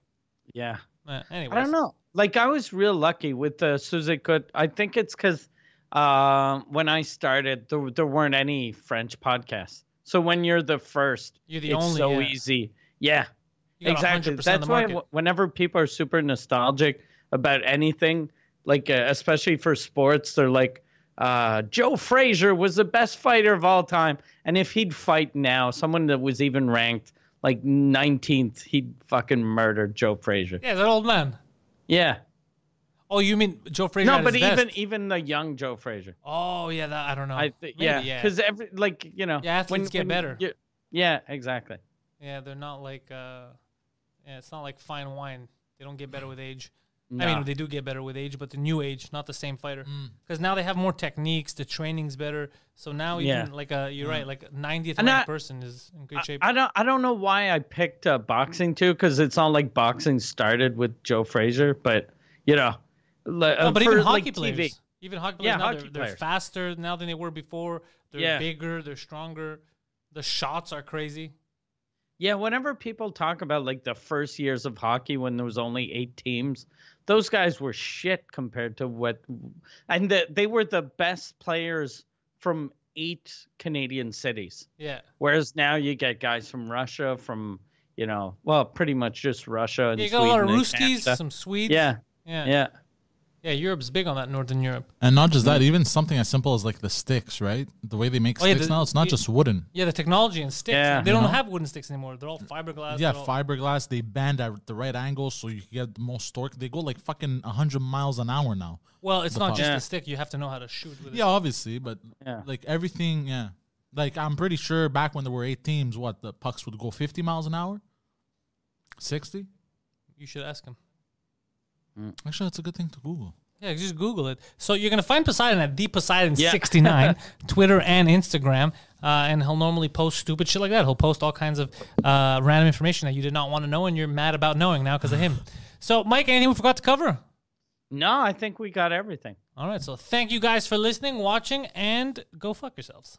Speaker 3: Yeah.
Speaker 2: Uh, anyways.
Speaker 3: I don't know. Like I was real lucky with the Suzukut. I think it's because um when I started, there, there weren't any French podcasts. So when you're the first,
Speaker 2: You're the
Speaker 3: it's
Speaker 2: only-
Speaker 3: so
Speaker 2: yeah.
Speaker 3: easy. Yeah,
Speaker 2: You got
Speaker 3: exactly.
Speaker 2: 100% of
Speaker 3: That's
Speaker 2: the
Speaker 3: why
Speaker 2: market.
Speaker 3: wh- whenever people are super nostalgic about anything, like uh, especially for sports, they're like, uh, Joe Frazier was the best fighter of all time, and if he'd fight now, someone that was even ranked like 19th, he'd fucking murder Joe Frazier.
Speaker 2: yeah, that old man.
Speaker 3: yeah.
Speaker 2: Oh, you mean Joe Frazier?
Speaker 3: No,
Speaker 2: at
Speaker 3: but
Speaker 2: his
Speaker 3: even
Speaker 2: best.
Speaker 3: even the young Joe Frazier.
Speaker 2: Oh, yeah, that, I don't know.
Speaker 3: I th- yeah,
Speaker 2: Maybe,
Speaker 3: because every like you know,
Speaker 2: Yeah, athletes get better.
Speaker 3: you- Yeah, exactly.
Speaker 2: Yeah, they're not like uh yeah, it's not like fine wine. They don't get better with age. I
Speaker 3: No.
Speaker 2: mean, they do get better with age, but the new age, not the same fighter.
Speaker 3: Mm.
Speaker 4: Mm.
Speaker 2: Because now they have more techniques. The training's better. So now even
Speaker 3: Yeah. Mm.
Speaker 2: like uh you're right, like ninetieth
Speaker 3: And
Speaker 2: ranked
Speaker 3: I-
Speaker 2: person is in good shape.
Speaker 3: I uh, don't I don't know why I picked uh, boxing too, because it's not like boxing started with Joe Frazier, but you know, like,
Speaker 2: no,
Speaker 3: uh,
Speaker 2: but
Speaker 3: for,
Speaker 2: even hockey
Speaker 3: like,
Speaker 2: players,
Speaker 3: TV.
Speaker 2: even hockey players,
Speaker 3: Yeah,
Speaker 2: now
Speaker 3: hockey
Speaker 2: they're, they're
Speaker 3: players.
Speaker 2: faster now than they were before. They're
Speaker 3: Yeah.
Speaker 2: bigger. They're stronger. The shots are crazy.
Speaker 3: Yeah, whenever people talk about like the first years of hockey when there was only eight teams, those guys were shit compared to what, and the, they were the best players from eight Canadian cities.
Speaker 2: Yeah,
Speaker 3: Whereas now you get guys from Russia, from you know, well, pretty much just Russia and
Speaker 2: yeah you got
Speaker 3: Sweden
Speaker 2: a lot of
Speaker 3: and
Speaker 2: Ruskies,
Speaker 3: Canada.
Speaker 2: some Swedes.
Speaker 3: Yeah,
Speaker 2: yeah,
Speaker 3: yeah,
Speaker 2: yeah. Europe's big on that Northern Europe.
Speaker 4: And not just that, even something as simple as like the sticks, right? The way they make
Speaker 2: Oh, yeah,
Speaker 4: sticks
Speaker 2: the-
Speaker 4: now, it's not
Speaker 2: the-
Speaker 4: just wooden.
Speaker 2: Yeah, the technology and sticks.
Speaker 3: Yeah. Uh-huh.
Speaker 2: they don't
Speaker 4: You know?
Speaker 2: have wooden sticks anymore. They're all fiberglass.
Speaker 4: Yeah,
Speaker 2: they're all-
Speaker 4: fiberglass. They bend at the right angle so you can get the most torque. They go like fucking 100 miles an hour now.
Speaker 2: Well, it's not
Speaker 4: fi-
Speaker 2: just
Speaker 3: Yeah.
Speaker 2: the stick. You have to know how to shoot with
Speaker 4: Yeah,
Speaker 2: it.
Speaker 4: obviously, but
Speaker 3: Yeah.
Speaker 4: like everything, yeah. Like I'm pretty sure back when there were eight teams, what the pucks would go 50 miles an hour, 60.
Speaker 2: You should ask him.
Speaker 4: Actually, that's a good thing to Google.
Speaker 2: Yeah, just Google it. So you're gonna find Poseidon at the Poseidon
Speaker 3: Yeah.
Speaker 2: 69, Twitter and Instagram, uh, and he'll normally post stupid shit like that. He'll post all kinds of uh, random information that you did not want to know, and you're mad about knowing now because of him. So, Mike, anything we forgot to cover?
Speaker 3: No, I think we got everything.
Speaker 2: All right. So, thank you guys for listening, watching, and go fuck yourselves.